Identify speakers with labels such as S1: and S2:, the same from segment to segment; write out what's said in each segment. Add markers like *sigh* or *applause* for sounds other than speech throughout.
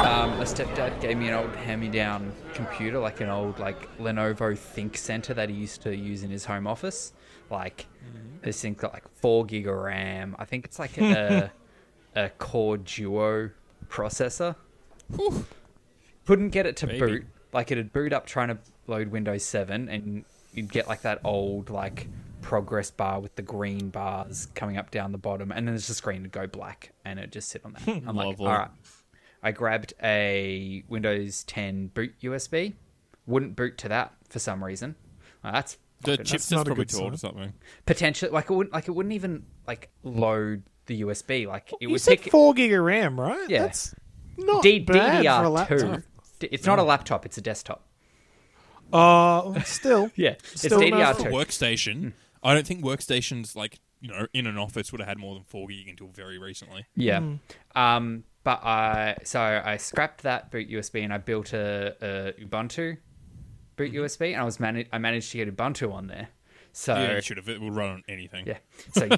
S1: Um, stepdad gave me an old hand-me-down computer, like an old like Lenovo Think Center that he used to use in his home office. Like this thing's got like four gig of RAM. I think it's like a a Core Duo processor. Couldn't get it to
S2: Maybe.
S1: boot. Like it'd boot up trying to load Windows 7, and you'd get like that old like progress bar with the green bars coming up down the bottom, and then there's the screen would go black, and it'd just sit on that. I'm like,
S2: Lovely.
S1: all right. I grabbed a Windows 10 boot USB. Wouldn't boot to that for some reason. Well, that's
S2: The
S1: fucking-
S2: chipset's
S3: not a
S2: probably
S3: good
S2: too old or
S3: sign.
S2: something.
S1: potentially like it wouldn't like it wouldn't even like load the USB. Like it
S3: you
S1: would
S3: said
S1: pick
S3: four gig of RAM, right?
S1: Yeah.
S3: That's not
S1: D-
S3: bad for
S1: DDR2. *laughs*
S3: a laptop.
S1: D- It's not a laptop. It's a desktop.
S3: Oh, still.
S1: *laughs* Yeah,
S3: Still
S1: it's DDR2.
S3: not-
S2: For a
S3: Hmm.
S2: workstation, I don't think workstations like you know in an office would have had more than four gig until very recently.
S1: Yeah.
S3: Hmm.
S1: Um, but I so I scrapped that boot USB and I built a, a Ubuntu boot
S2: Mm-hmm.
S1: USB and I was mani- I managed to get Ubuntu on there. So
S2: yeah,
S1: yeah.
S2: it should have. It will run on anything.
S1: So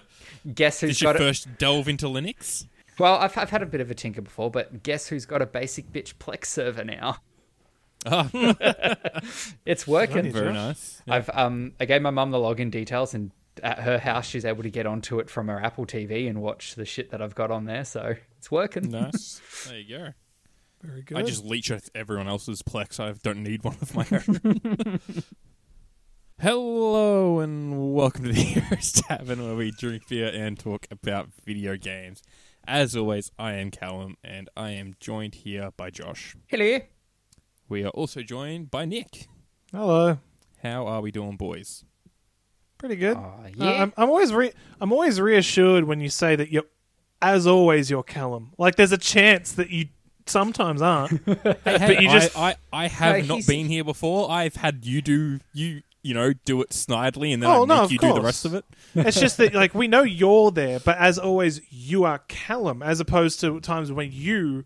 S1: guess who's
S2: Did you
S1: got it?
S2: first delve into Linux?
S1: Well, I've, I've had a bit of a tinker before, but guess who's got a basic bitch Plex server now?
S2: Oh.
S1: *laughs* it's working.
S3: Bloody Very
S2: nice.
S3: *laughs*
S1: I've um, I gave my mum the login details, and at her house, she's able to get onto it from her Apple TV and watch the shit that I've got on there. So it's working.
S2: Nice. There you go.
S3: Very good.
S2: I just leech at everyone else's Plex. I don't need one
S3: *laughs*
S2: of my own. Hello and welcome to the *laughs* Heroes Tavern, where we drink beer and talk about video games. As always, I am Callum, and I am joined here by Josh.
S1: Hello.
S2: We are also joined by Nick.
S3: Hello.
S2: How are we doing, boys?
S3: Pretty good.
S1: Aw,
S3: Uh,
S1: yeah.
S2: um,
S3: I'm, I'm always re- I'm always reassured when you say that you're, as always, you're Callum. Like there's a chance that you sometimes aren't.
S1: *laughs*
S3: you
S2: I-
S3: just-
S2: I, I, have
S1: No,
S2: not
S1: he's-
S2: been here before. I've had you do you you know do it snidely, and then
S3: Oh,
S2: I
S3: no,
S2: make
S3: of
S2: you do the
S3: course.
S2: rest of it.
S3: it's just that like we know you're there, but as always, you are Callum, as opposed to times when you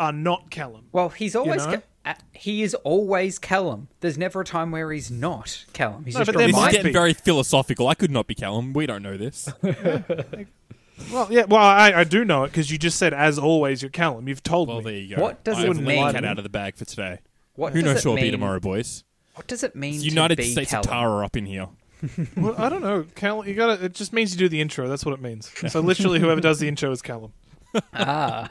S3: are not Callum.
S1: Well, he's always
S3: know?
S1: Ca- uh, he is always Callum. There's never a time where he's not Callum. He's
S3: No,
S1: just
S3: but there
S2: This is
S3: might
S1: reminded.
S2: getting
S3: be.
S2: very philosophical. I could not be Callum. We don't know *laughs* this.
S3: Well, yeah. Well, I, I do know it because you just said as always you're Callum. You've told
S2: Well,
S3: me.
S2: there you go.
S1: What does
S2: I
S1: it
S2: have let
S1: mean?
S2: the cat out of the bag for today.
S1: What
S2: Who
S1: does
S2: knows
S1: it
S2: who will
S1: mean?
S2: be tomorrow, boys?
S1: What does it mean?
S2: It's
S1: to
S2: United
S1: be
S2: States
S1: Callum?
S2: of Tara up in here.
S3: Well, I don't know, Callum. You got to It just means you do the intro. That's what it means. So literally, whoever does the intro is Callum.
S1: Ah,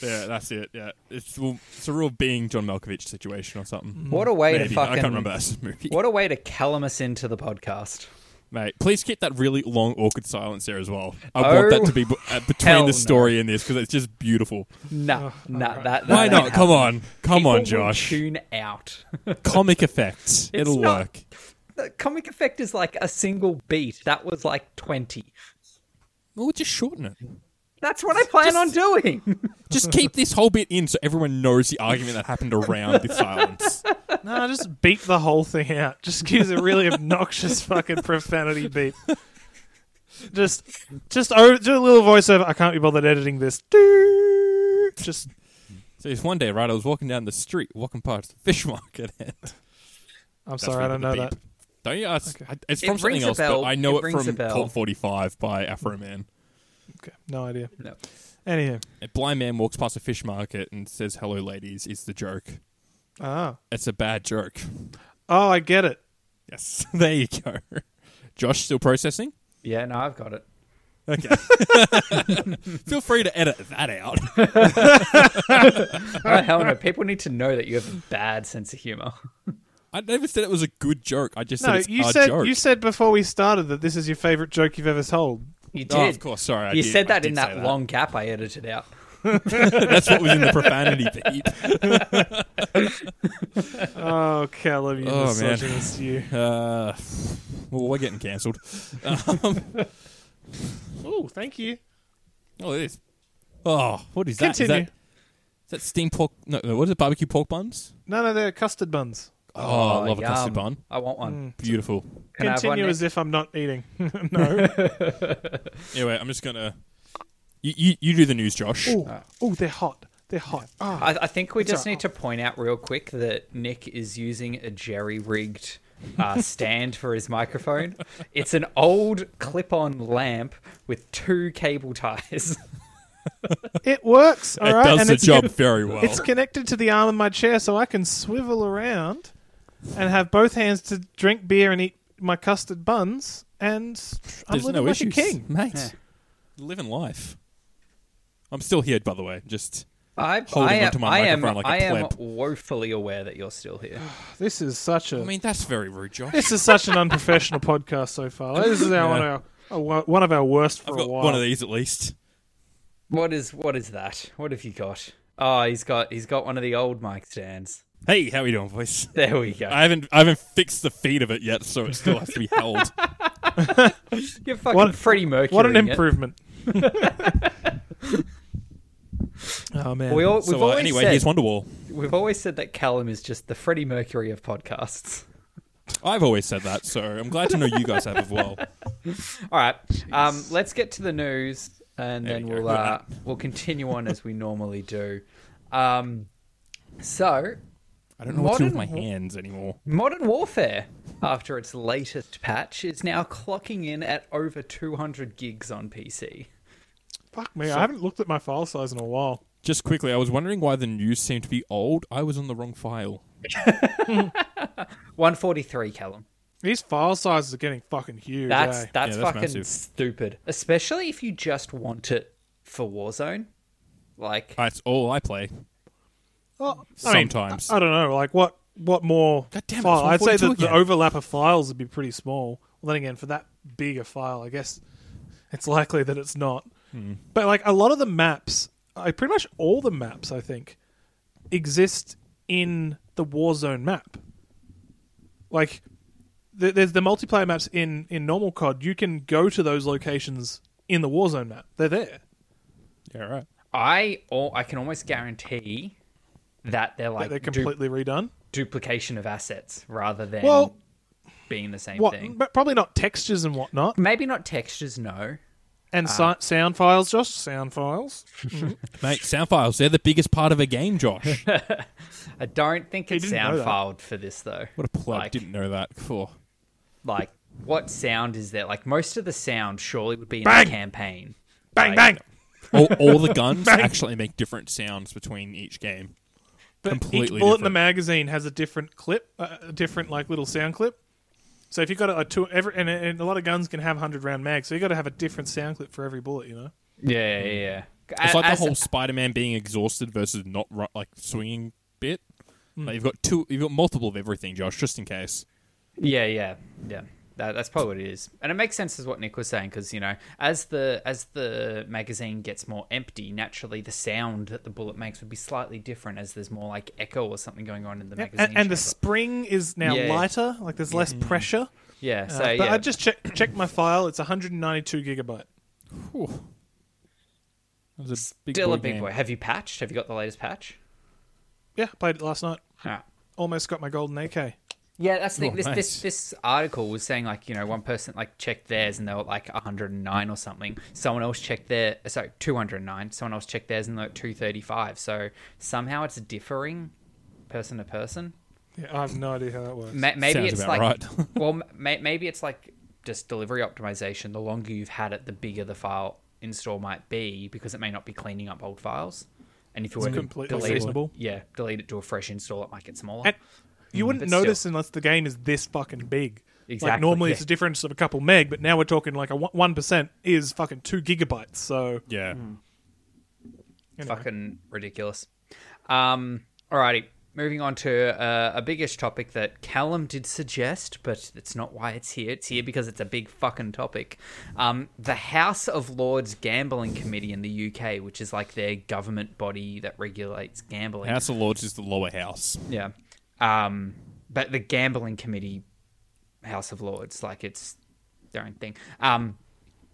S2: Yeah, that's it. Yeah, it's well, it's a real being John Malkovich situation or something.
S1: what a way to
S2: Maybe.
S1: fucking.
S2: I can't remember that movie.
S1: What a way to Callum us into the podcast.
S2: Mate, please keep that really long, awkward silence there as well. I
S1: Oh,
S2: want that to be b- uh,
S1: hell
S2: between
S1: no.
S2: the story and this because it's just beautiful.
S1: Nah, nah, that, that
S2: Why
S1: ain't
S2: not? Come
S1: happening.
S2: on, come
S1: People
S2: on,
S1: will
S2: Josh.
S1: Tune out. *laughs*
S2: Comic effects. It'll
S1: not-
S2: work.
S1: The comic effect is like a single beat. That was like 20.
S2: Well, just shorten it.
S1: That's what I plan on doing. *laughs*
S2: Just keep this whole bit in so everyone knows the argument that happened around the silence.
S3: No, just beat the whole thing out. Just gives a really obnoxious fucking profanity beat. Just, just oh, do a little voiceover. I can't be bothered editing this. Doo. Just
S2: So it's one day, right? I was walking down the street, walking past the fish market. And *laughs*
S3: I'm
S2: That's
S3: sorry,
S2: where
S3: I don't
S2: the
S3: know
S2: beep-
S3: that.
S2: Don't you? It's,
S3: Okay.
S2: I- it's
S1: It
S2: from something
S1: rings a
S2: else,
S1: bell.
S2: but I
S1: It
S2: know it,
S1: rings a
S2: from
S1: bell.
S2: Colt 45 by Afro Man.
S3: Okay, no idea.
S1: No.
S3: Anyhow,
S2: A blind man walks past a fish market and says, Hello, ladies, is the joke.
S3: ah,
S2: It's a bad joke.
S3: oh, I get it.
S2: Yes. *laughs* there you go. Josh, still processing?
S1: Yeah, no, I've got it. *laughs*
S2: Okay. *laughs* Feel free to edit that out.
S1: Oh, hell no. People need to know that you have a bad sense of humor.
S2: I never said it was a good joke. I just
S3: No,
S2: said it's a
S3: you said
S2: joke.
S3: you said before we started that this is your favorite joke you've
S2: *laughs*
S3: ever told.
S1: You did.
S2: Oh, of course. Sorry, I
S1: you
S2: did-
S1: said
S2: I
S1: that
S2: did
S1: in
S2: say
S1: that, long gap I edited out.
S2: *laughs* That's what was
S1: *laughs*
S2: in the profanity beat.
S3: Oh, Callum, you
S2: Oh, man.
S3: misogynist, you.
S2: Uh, well, we're getting cancelled.
S3: Oh, thank you.
S2: Oh, it is. Oh, what is that? Is
S3: Continue.
S2: that, is that steamed pork? No, no, what is it? Barbecue pork buns?
S3: No, no, they're custard buns.
S2: Oh, I love a custard
S1: yum.
S2: bun.
S1: I want one.
S2: Beautiful.
S1: Can I have one,
S3: Continue
S1: Nick?
S3: as if I'm not eating. *laughs* no.
S2: Anyway, I'm just gonna. You, you, you do the news, Josh.
S1: Ah.
S3: oh, oh, they're hot. They're hot. Ah.
S1: I, I think we just
S3: all right.
S1: need to point out real quick that Nick is using a jerry rigged *laughs* uh, stand for his microphone. It's an old clip on lamp with two cable ties.
S3: It works, all
S2: it
S3: right?
S2: does
S3: and
S2: the
S3: it's
S2: job
S3: con-
S2: very well.
S3: it's connected to the arm of my chair, so I can swivel around and have both hands to drink beer and eat my custard buns. And I'm
S2: There's
S3: living
S2: no
S3: like
S2: issues,
S3: a king.
S2: mate.
S1: Yeah.
S2: Living life. I'm still here, by the way. Just
S1: *laughs* I,
S2: Holding
S1: I am,
S2: onto my
S1: I am,
S2: microphone like a
S1: I am
S2: pleb.
S1: woefully aware that you're still here.
S3: This is such a
S2: I mean, that's very rude, Josh.
S3: this is such an unprofessional podcast so far. This is our, one, of our, one of our worst for
S2: I've
S3: a
S2: got
S3: while.
S2: one of these at least.
S1: What is what is that? What have you got? Oh, he's got he's got one of the old mic stands.
S2: Hey, how are you doing, boys?
S1: There we go.
S2: I haven't I haven't fixed the feet of it yet, so it still has
S3: *laughs*
S2: to be held.
S1: You're fucking
S3: What-
S1: Freddie Mercury.
S3: What
S1: *laughs*
S3: an improvement. *laughs* oh man.
S1: We all, we've
S2: so uh,
S1: always
S2: anyway,
S1: said,
S2: here's Wonderwall.
S1: we've always said that Callum is just the Freddie Mercury of podcasts.
S2: I've always said that, so I'm glad to know you guys have as
S3: *laughs*
S2: well.
S1: All right, um, let's get to the news, and
S2: There
S1: then
S2: we go.
S1: we'll
S2: *laughs*
S1: uh, we'll continue on as we normally do. Um, so,
S2: I don't know what to do with my
S1: Modern War-
S2: hands anymore.
S1: Modern Warfare, after its latest patch, is now clocking in at over 200 gigs on PC.
S3: Fuck me. I haven't looked at my file size in a while.
S2: Just quickly, I was wondering why the news seemed to be old. I was on the wrong file.
S1: 143, Callum.
S3: These file sizes are getting fucking huge.
S1: That's
S3: eh?
S1: that's,
S2: Yeah, that's
S1: fucking
S2: massive.
S1: stupid, especially if you just want it for Warzone. Like,
S2: That's all I play.
S3: Well,
S2: Sometimes.
S3: I, I don't know. Like what? What more?
S2: God damn it,
S3: file? I'd
S2: it's
S3: say
S2: 142
S3: that the
S2: again.
S3: overlap of files would be pretty small. Well, then again, for that big a file, I guess it's likely that it's not.
S2: Hmm.
S3: But like a lot of the maps, I pretty much all the maps, I think, exist in the Warzone map. Like th- there's the multiplayer maps in in normal COD. You can go to those locations in the Warzone map. They're there.
S2: Yeah, right.
S1: I or I can almost guarantee that they're like
S3: they're
S1: du-
S3: completely redone.
S1: duplication of assets rather than
S3: Well,
S1: being the same
S3: What?
S1: thing.
S3: But probably not textures and whatnot.
S1: Maybe not textures, no.
S3: And si- sound files, Josh. Sound files.
S2: Mate, sound files, they're the biggest part of a game,
S3: *laughs*
S2: Josh. what
S1: I don't think it's
S3: didn't know
S1: sound
S3: that.
S1: filed for this though.
S2: a plug.
S1: Like,
S2: Didn't know that before.
S1: like what sound is there? Like most of the sound surely would be in
S3: Bang!
S1: the campaign.
S3: Bang
S1: Like,
S3: bang.
S2: *laughs* All, all the guns actually make different sounds between each game.
S3: But each
S2: completely
S3: bullet in the magazine has a different clip, uh, a different like little sound clip. So if you've got a, a two, every and, and a lot of guns can have hundred round mags, so you got to have a different sound clip for every bullet. You know.
S1: Yeah, yeah, yeah.
S2: It's like
S1: As-
S2: the whole Spider-Man being exhausted versus not ru- like swinging bit.
S1: Hmm.
S2: Like you've got two, you've got multiple of everything, Josh, just in case.
S1: Yeah, yeah, yeah. That, that's probably what it is, and it makes sense as what Nick was saying because you know, as the as the magazine gets more empty, naturally the sound that the bullet makes would be slightly different as there's more like echo or something going on in the magazine.
S3: And, and
S1: chamber.
S3: the spring is now
S1: Yeah.
S3: lighter. Like there's less pressure.
S1: yeah,
S3: Uh,
S1: so
S3: but
S1: yeah,
S3: I just checked checked my file. It's 192 gigabyte.
S2: Whew. That was a big
S1: still
S2: boy
S1: a big
S2: game.
S1: boy. Have you patched? Have you got the latest patch?
S3: Yeah, played it last night.
S1: Ah.
S3: Almost got my golden AK.
S1: Yeah, that's the thing.
S2: Oh,
S1: this,
S2: nice.
S1: this this article was saying like you know one person like checked theirs and they were like 109 or something. Someone else checked their sorry 209. Someone else checked theirs and they're at 235. So somehow it's differing person to person.
S3: Yeah, I have no idea how that works.
S1: Ma- maybe
S2: Sounds
S1: it's
S2: about
S1: like
S2: right.
S1: *laughs* well, ma- maybe it's like just delivery optimization. The longer you've had it, the bigger the file install might be because it may not be cleaning up old files. And if you were to
S3: completely
S1: delete
S3: reasonable.
S1: it, yeah, delete it to a fresh install, it might get smaller.
S3: And you wouldn't
S1: mm, but
S3: notice unless the game is this fucking big. Like
S1: Exactly,
S3: normally
S1: yeah.
S3: it's a difference of a couple meg, but now we're talking like a one percent is fucking two gigabytes. So
S2: yeah.
S1: Hmm.
S3: anyway.
S1: fucking ridiculous. Um, alrighty, moving on to uh, a biggish topic that Callum did suggest, but it's not why it's here. It's here because it's a big fucking topic. Um, the House of Lords Gambling Committee in the UK, which is like their government body that regulates gambling.
S2: House of Lords is the lower house.
S1: Yeah. Um, but the gambling committee, House of Lords, like it's their own thing, um,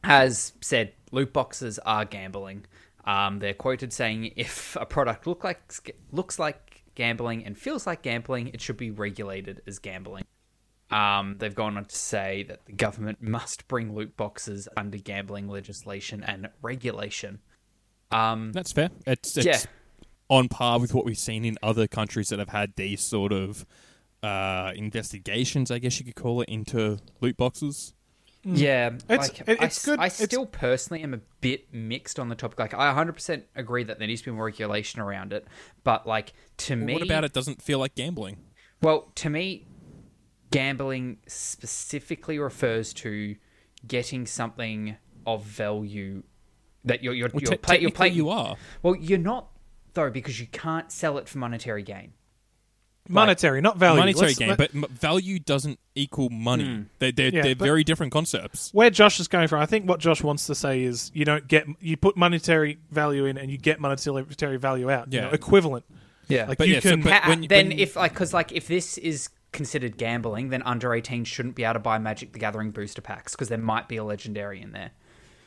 S1: has said loot boxes are gambling. Um, they're quoted saying if a product look like looks like gambling and feels like gambling, it should be regulated as gambling. Um, they've gone on to say that the government *laughs* must bring loot boxes under gambling legislation and regulation. Um,
S2: That's fair. It's, it's
S1: Yeah.
S2: on par with what we've seen in other countries that have had these sort of uh, investigations, I guess you could call it, into loot boxes.
S1: Yeah,
S3: It's-
S1: like,
S3: it-
S1: I
S3: it's
S1: s-
S3: good-
S1: I
S3: it's-
S1: still personally am a bit mixed on the topic. Like, I 100% agree that there needs to be more regulation around it, but like to me,
S2: What about it doesn't feel like gambling?
S1: Well, to me, gambling specifically refers to getting something of value that you're you're,
S2: Well,
S1: you're,
S2: te-
S1: play, you're
S2: technically
S1: playing.
S2: you are.
S1: Well, you're not though because you can't sell it for monetary gain.
S3: Monetary, not value.
S2: Monetary
S3: Let's-
S2: game,
S3: Oh, let-
S2: but m- value doesn't equal money.
S1: Hmm.
S2: They, they're
S3: Yeah,
S2: they're
S3: but-
S2: very different concepts.
S3: where Josh is going from, I think what Josh wants to say is you don't get you put monetary value in and you get monetary value out. you
S2: Yeah.
S3: know, equivalent.
S1: Yeah,
S3: Like
S2: But
S3: you
S2: yeah, so-
S3: can.
S2: but- when-
S1: Ah, then
S2: when-
S1: if like because like if this is considered gambling, then under 18 shouldn't be able to buy Magic the Gathering booster packs because there might be a legendary in there.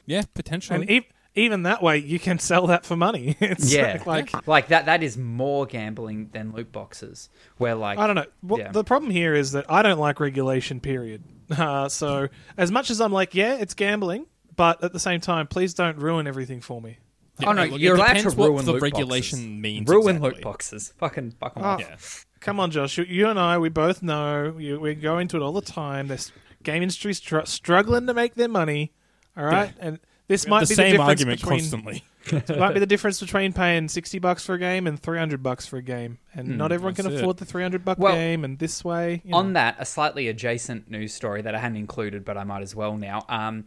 S2: Yeah, potentially.
S3: and ev- even that way, you can sell that for money. *laughs*
S1: *laughs*
S3: It's
S1: Yeah,
S3: like
S1: *laughs* like, that. That is more gambling than loot boxes. Where like
S3: I don't know. What,
S1: Yeah.
S3: The problem here is that I don't like regulation. Period. *laughs* Uh, so as much as I'm like, yeah, it's gambling, but at the same time, please don't ruin everything for me.
S2: Yeah,
S1: oh no,
S2: look, it
S1: you're allowed to
S2: depends what
S1: ruin
S2: the
S1: loot
S2: regulation
S1: boxes.
S2: means
S1: Ruin
S2: exactly.
S1: loot boxes. Fucking fuck 'em
S3: Oh,
S1: off.
S2: Yeah.
S3: Come on, Josh. You, you and I, we both know. You, we go into it all the time. This game industry's tr- struggling to make their money. All right, and this might
S2: the
S3: be
S2: same
S3: the difference
S2: argument
S3: between
S2: constantly.
S3: it *laughs* might
S2: *laughs*
S3: be the difference between paying sixty bucks for a game and three hundred bucks for a game. And not everyone can
S2: Hmm, that's it.
S3: afford the three hundred buck
S1: Well,
S3: game. And this way, you
S1: On
S3: know.
S1: that, a slightly adjacent news story that I hadn't included, but I might as well now. Um,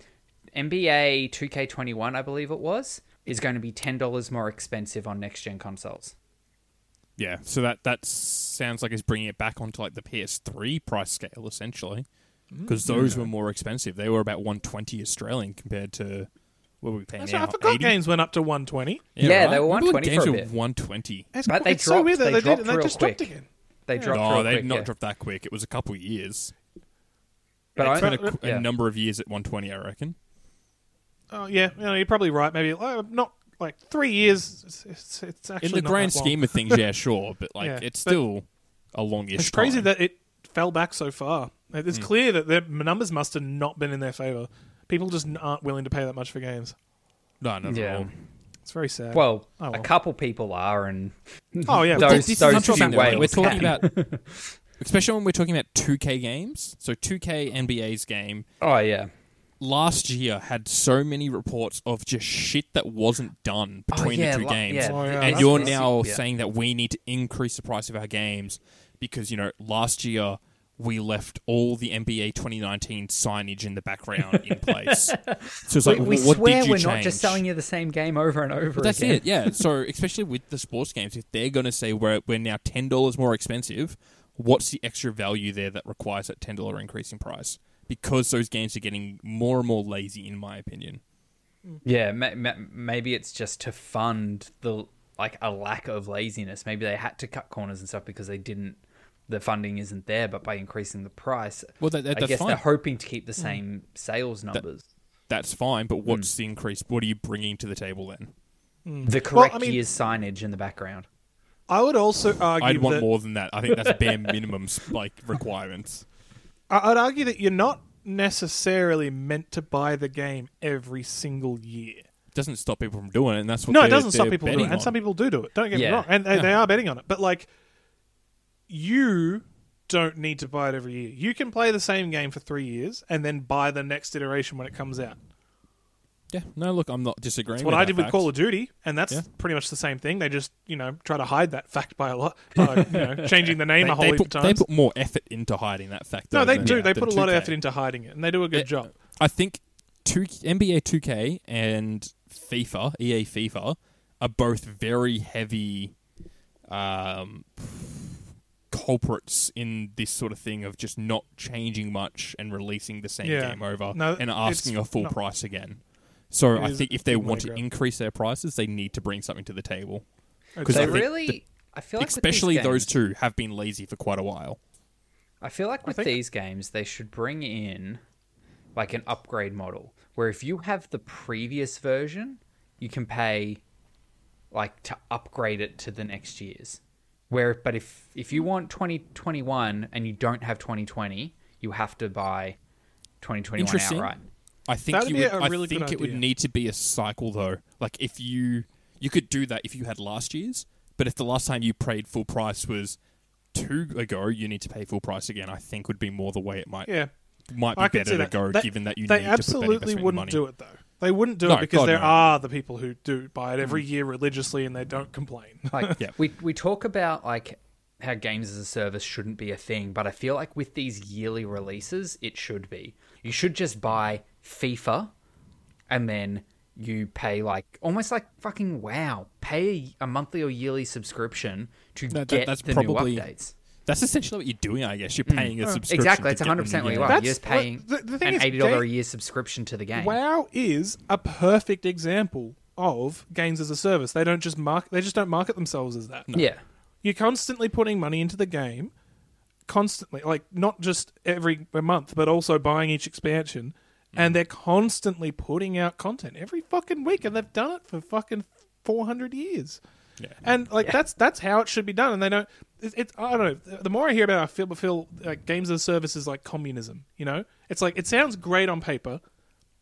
S1: NBA 2K21, I believe it was, is going to be ten dollars more expensive on next gen consoles.
S2: Yeah, so that that sounds like it's bringing it back onto like the PS3 price scale essentially,
S1: Mm.
S2: because those were more expensive. They were about 120 Australian compared to what were we paying
S3: That's
S2: now.
S3: right, I forgot
S2: 80?
S3: games went up to one twenty.
S1: Yeah,
S2: right.
S1: they were
S2: Remember when
S1: 120
S2: games
S1: for a
S2: were
S1: bit.
S2: 120.
S1: But they
S3: so
S1: dropped-
S3: weird that
S1: they
S3: they, did,
S1: dropped
S3: and they
S1: real
S3: just dropped
S1: quick.
S3: again.
S1: They dropped.
S2: no,
S1: real
S2: they
S1: quick,
S2: not
S1: yeah.
S2: dropped that quick. It was a couple of years.
S1: But I-
S2: It's been a, qu- a
S1: yeah.
S2: number of years at 120, I reckon.
S3: Oh yeah, you know, you're probably right. Maybe uh, not like three years. It's, it's, it's actually
S2: In the
S3: not
S2: grand
S3: that long.
S2: scheme of things, yeah, sure,
S3: *laughs*
S2: but like
S3: Yeah,
S2: it's
S3: but-
S2: still a longish.
S3: It's crazy
S2: time.
S3: that it fell back so far.
S1: Hmm.
S3: It's clear that their numbers must have not been in their favor. People just aren't willing to pay that much for games.
S2: no, not
S1: Yeah.
S2: at all.
S3: It's very sad.
S1: Well,
S3: Oh,
S1: a
S3: well.
S1: couple people are, and
S3: oh yeah,
S1: those-
S2: This is
S1: those
S2: not
S1: two
S2: though. Like, We're
S1: whales
S2: talking about,
S1: *laughs*
S2: especially when we're talking about 2K games. So 2K NBA's game
S1: oh yeah,
S2: last year had so many reports of just shit that wasn't done between
S1: Oh, yeah,
S2: the two
S1: lo-
S2: games.
S1: yeah.
S3: Oh, yeah,
S2: and
S3: that's
S2: you're
S1: messy.
S2: now
S1: Yeah.
S2: saying that we need to increase the price of our games because, you know, last year we left all the NBA 2019 signage in the background
S1: *laughs*
S2: in place. So it's
S1: we,
S2: like,
S1: we
S2: what
S1: swear
S2: did you
S1: we're
S2: change?
S1: not just selling you the same game over and over.
S2: But that's
S1: again.
S2: it, yeah. So especially with the sports games, if they're going to say we're we're now ten dollars more expensive, what's the extra value there that requires that ten dollar increase in price? Because those games are getting more and more lazy, in my opinion.
S1: Yeah, ma- ma- maybe it's just to fund the like a lack of laziness. Maybe they had to cut corners and stuff because they didn't. The funding isn't there, but by increasing the price,
S2: Well, that- that-
S1: I
S2: that's
S1: guess they're
S2: fine.
S1: hoping to keep the same sales numbers.
S2: That's fine, but what's
S1: Hmm.
S2: the increase? What are you bringing to the table then? Mm.
S1: the correct
S3: mean-
S1: year's signage in the background.
S3: I would also argue
S2: I'd want
S3: that
S2: more than that. I think that's
S3: *laughs*
S2: bare minimum like requirements.
S3: I- I'd argue that you're not necessarily meant to buy the game every single year.
S2: Doesn't stop people from doing it, and that's what
S3: No,
S2: they're,
S3: it doesn't stop
S2: they're
S3: people doing
S2: betting
S3: it, and some
S2: on.
S3: people do do it. Don't get
S1: Yeah.
S3: me wrong, and they, they are betting on it. But like, you don't need to buy it every year. You can play the same game for three years and then buy the next iteration when it comes out.
S2: Yeah, no, look, I'm not disagreeing.
S3: That's what
S2: with
S3: I
S2: that
S3: did with
S2: fact.
S3: Call of Duty, and that's
S2: Yeah.
S3: pretty much the same thing. They just you know try to hide that fact by a lot, by,
S2: *laughs*
S3: you know, changing the name
S2: They,
S3: a whole
S2: they
S3: heap
S2: put,
S3: of
S2: they
S3: times.
S2: put more effort into hiding that fact.
S3: no,
S2: though,
S3: they
S2: than-
S3: do. They
S2: than
S3: put a lot of
S2: 2K.
S3: effort into hiding it, and they do a good
S2: Yeah.
S3: job.
S2: I think two, NBA 2K and FIFA, EA FIFA, are both very heavy um, culprits in this sort of thing of just not changing much and releasing the same
S3: Yeah.
S2: game over
S3: No,
S2: and
S3: it's
S2: asking a full
S3: not-
S2: price again. So
S3: It
S2: I
S3: is
S2: think if they
S3: big money
S2: want to
S3: grab.
S2: increase their prices, they need to bring something to the table.
S3: Because
S2: I
S1: They
S2: think the-
S1: really, I feel like with these
S2: Especially those
S1: games-
S2: two have been lazy for quite a while.
S1: I feel like with
S3: think-
S1: these games, they should bring in like an upgrade model where if you have the previous version, you can pay like to upgrade it to the next year's. Where, but if if you want 2021 and you don't have 2020, you have to buy 2021
S2: Interesting.
S1: outright.
S2: I think
S3: That'd
S2: you
S3: be
S2: would,
S3: a
S2: I
S3: really good
S2: think it would
S3: idea.
S2: need to be a cycle though. Like if you you could do that if you had last year's, but if the last time you paid full price was two ago, you need to pay full price again. I think would be more the way it might
S3: Yeah,
S2: might be
S3: I can
S2: better
S3: see
S2: to
S3: that.
S2: go
S3: They-
S2: given that you
S3: they
S2: need to put
S3: absolutely
S2: that
S3: wouldn't
S2: money.
S3: do it though. They wouldn't do
S2: No,
S3: it because
S2: God,
S3: there
S2: no. Hmm.
S3: are the people who do buy it every year religiously and they don't
S2: *laughs*
S3: complain.
S1: Like
S2: Yeah.
S1: we we talk about like how games as a service shouldn't be a thing, but I feel like with these yearly releases, it should be. You should just buy FIFA, and then you pay like almost like fucking wow, pay a, a monthly or yearly subscription to
S2: No, that-
S1: get
S2: that's
S1: the
S2: probably-
S1: new updates.
S2: That's essentially what you're doing, I guess. You're
S3: Mm.
S2: paying a subscription.
S1: Mm. Exactly,
S2: to
S1: it's
S2: get
S1: one hundred
S2: them
S1: percent what
S2: in
S1: you're
S2: your
S1: right.
S3: That's-
S1: You're just paying
S3: the- the thing
S1: an
S3: is,
S1: eighty dollar a
S3: game-
S1: year subscription to the game.
S3: WoW is a perfect example of games as a service. They don't just market they just don't market themselves as that.
S1: Yeah,
S3: You're constantly putting money into the game, constantly, like not just every month, but also buying each expansion. And they're constantly putting out content every fucking week, and they've done it for fucking four hundred years.
S2: Yeah.
S3: And like that's that's how it should be done. And they don't. It's, it's I don't know. The more I hear about, it, I feel feel like games as a service is like communism. You know, it's like it sounds great on paper,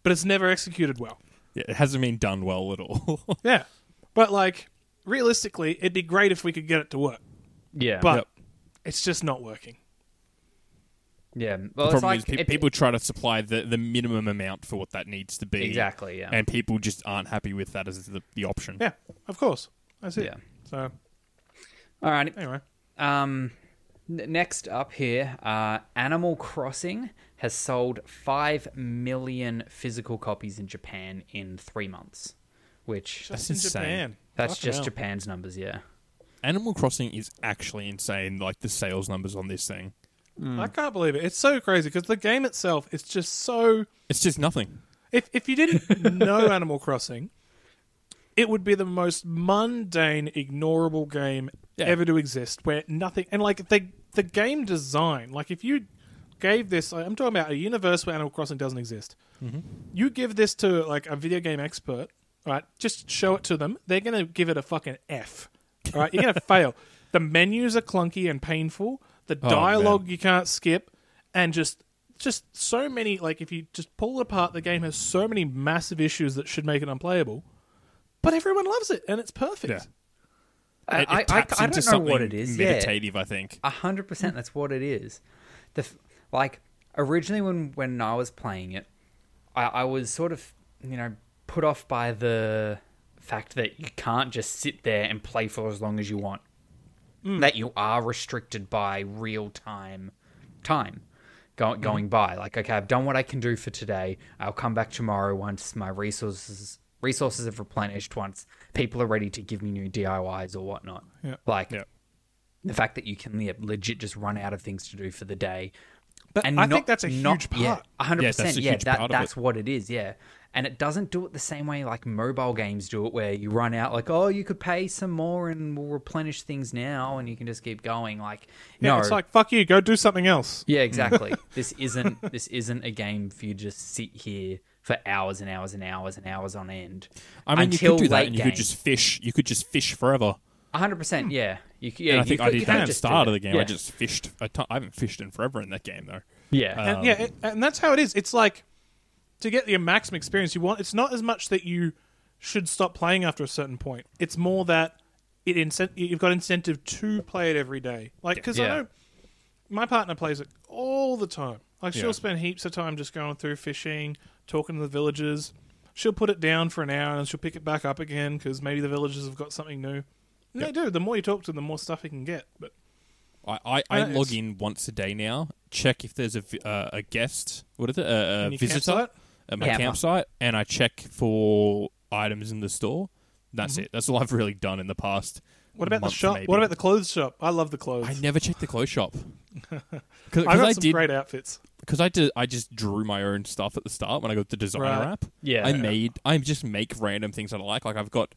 S3: but it's never executed well.
S2: Yeah, it hasn't been done well at all. *laughs*
S3: Yeah, but like realistically, it'd be great if we could get it to work,
S1: yeah,
S3: but
S2: Yep.
S3: it's just not working.
S1: yeah. Well,
S2: the
S1: it's
S2: problem
S1: like
S2: is pe-
S1: it-
S2: people try to supply the, the minimum amount for what that needs to be.
S1: Exactly, yeah.
S2: And people just aren't happy with that as the, the option.
S3: Yeah, of course. That's it.
S1: Yeah.
S3: So
S1: All right,
S3: anyway,
S1: Um, n- next up here, uh, Animal Crossing has sold five million physical copies in Japan in three months, which
S3: just
S2: That's
S3: in
S2: insane.
S3: Japan.
S1: that's
S3: Fucking
S1: just
S3: hell.
S1: Japan's numbers. Yeah,
S2: Animal Crossing is actually insane, like the sales numbers on this thing.
S3: I can't believe it. It's so crazy because the game itself is just so.
S2: It's just nothing.
S3: If if you didn't know Animal Crossing, it would be the most mundane, ignorable game
S2: Yeah.
S3: ever to exist, where nothing and like the the game design. Like if you gave this, like, I'm talking about a universe where Animal Crossing doesn't exist.
S2: Mm-hmm.
S3: You give this to like a video game expert, right? Just show it to them. They're gonna give it a fucking F. All right, you're
S2: *laughs*
S3: gonna fail. The menus are clunky and painful. The
S2: Oh,
S3: dialogue
S2: man.
S3: you can't skip, and just just so many like if you just pull it apart, the game has so many massive issues that should make it unplayable. But everyone loves it, and it's perfect.
S2: Yeah.
S1: I,
S2: It- it
S1: Uh, I, I,
S2: taps
S1: I
S2: into
S1: don't know what it
S2: something
S1: is. Yeah,
S2: Meditative, I think.
S1: a hundred percent. That's what it is. The f- like originally when when I was playing it, I, I was sort of you know put off by the fact that you can't just sit there and play for as long as you want.
S3: Mm.
S1: That you are restricted by real time time
S3: Mm-hmm.
S1: go, going by. Like okay, I've done what I can do for today. I'll come back tomorrow once my resources resources have replenished. Once people are ready to give me new DIYs or whatnot.
S3: Yeah.
S1: Like
S2: Yeah.
S1: the fact that you can yeah, legit just run out of things to do for the day.
S3: But I think that's a huge
S1: Yeah,
S3: part.
S1: 100%.
S2: Yeah, that's a
S1: yeah,
S2: huge
S1: that,
S2: part of
S1: that's what it is. Yeah. And it doesn't do it the same way like mobile games do it, where you run out, like, oh, you could pay some more and we'll replenish things now and you can just keep going. Like,
S3: Yeah,
S1: no.
S3: it's like fuck you, go do something else.
S1: yeah, exactly.
S2: *laughs*
S1: this isn't this isn't a game for you to just sit here for hours and hours and hours and hours on end.
S2: I mean,
S1: until
S2: you could do that
S1: late
S2: and you
S1: game.
S2: could just fish. You could just fish forever.
S1: 100%. Yeah. You, c- yeah
S2: and I
S1: you
S2: think
S1: could-
S2: I
S1: you
S2: did
S1: could
S2: that at the
S1: just do
S2: start
S1: that.
S2: of the game.
S1: Yeah.
S2: I just fished. A ton. I haven't fished in forever in that game, though.
S1: Yeah.
S2: Uh,
S3: And
S2: Um,
S3: yeah, it, and that's how it is. It's like to get the maximum experience you want. It's not as much that you should stop playing after a certain point. It's more that it incent- you've got incentive to play it every day. Like because
S1: Yeah.
S3: I know my partner plays it all the time. Like she'll
S2: Yeah.
S3: spend heaps of time just going through fishing, talking to the villagers. She'll put it down for an hour and she'll pick it back up again because maybe the villagers have got something new. And they do. The more you talk to them, the more stuff you can get. But
S2: I, I, I
S3: Uh,
S2: log
S3: it's-
S2: in once a day now, check if there's a vi- uh, a guest, what is it, a, a
S3: In your
S2: visitor
S3: campsite?
S2: at my
S1: Camper.
S2: campsite, and I check for items in the store. That's
S1: Mm-hmm.
S2: it. That's all I've really done in the past.
S3: what about the
S2: month,
S3: shop?
S2: maybe.
S3: What about the clothes shop? I love the clothes.
S2: I never checked the clothes
S3: *laughs*
S2: shop because
S3: I got
S2: I
S3: some
S2: did
S3: great outfits.
S2: because I did I just drew my own stuff at the start when I got the designer
S3: Right.
S2: app.
S1: Yeah.
S2: I made I just make random things that I like. Like I've got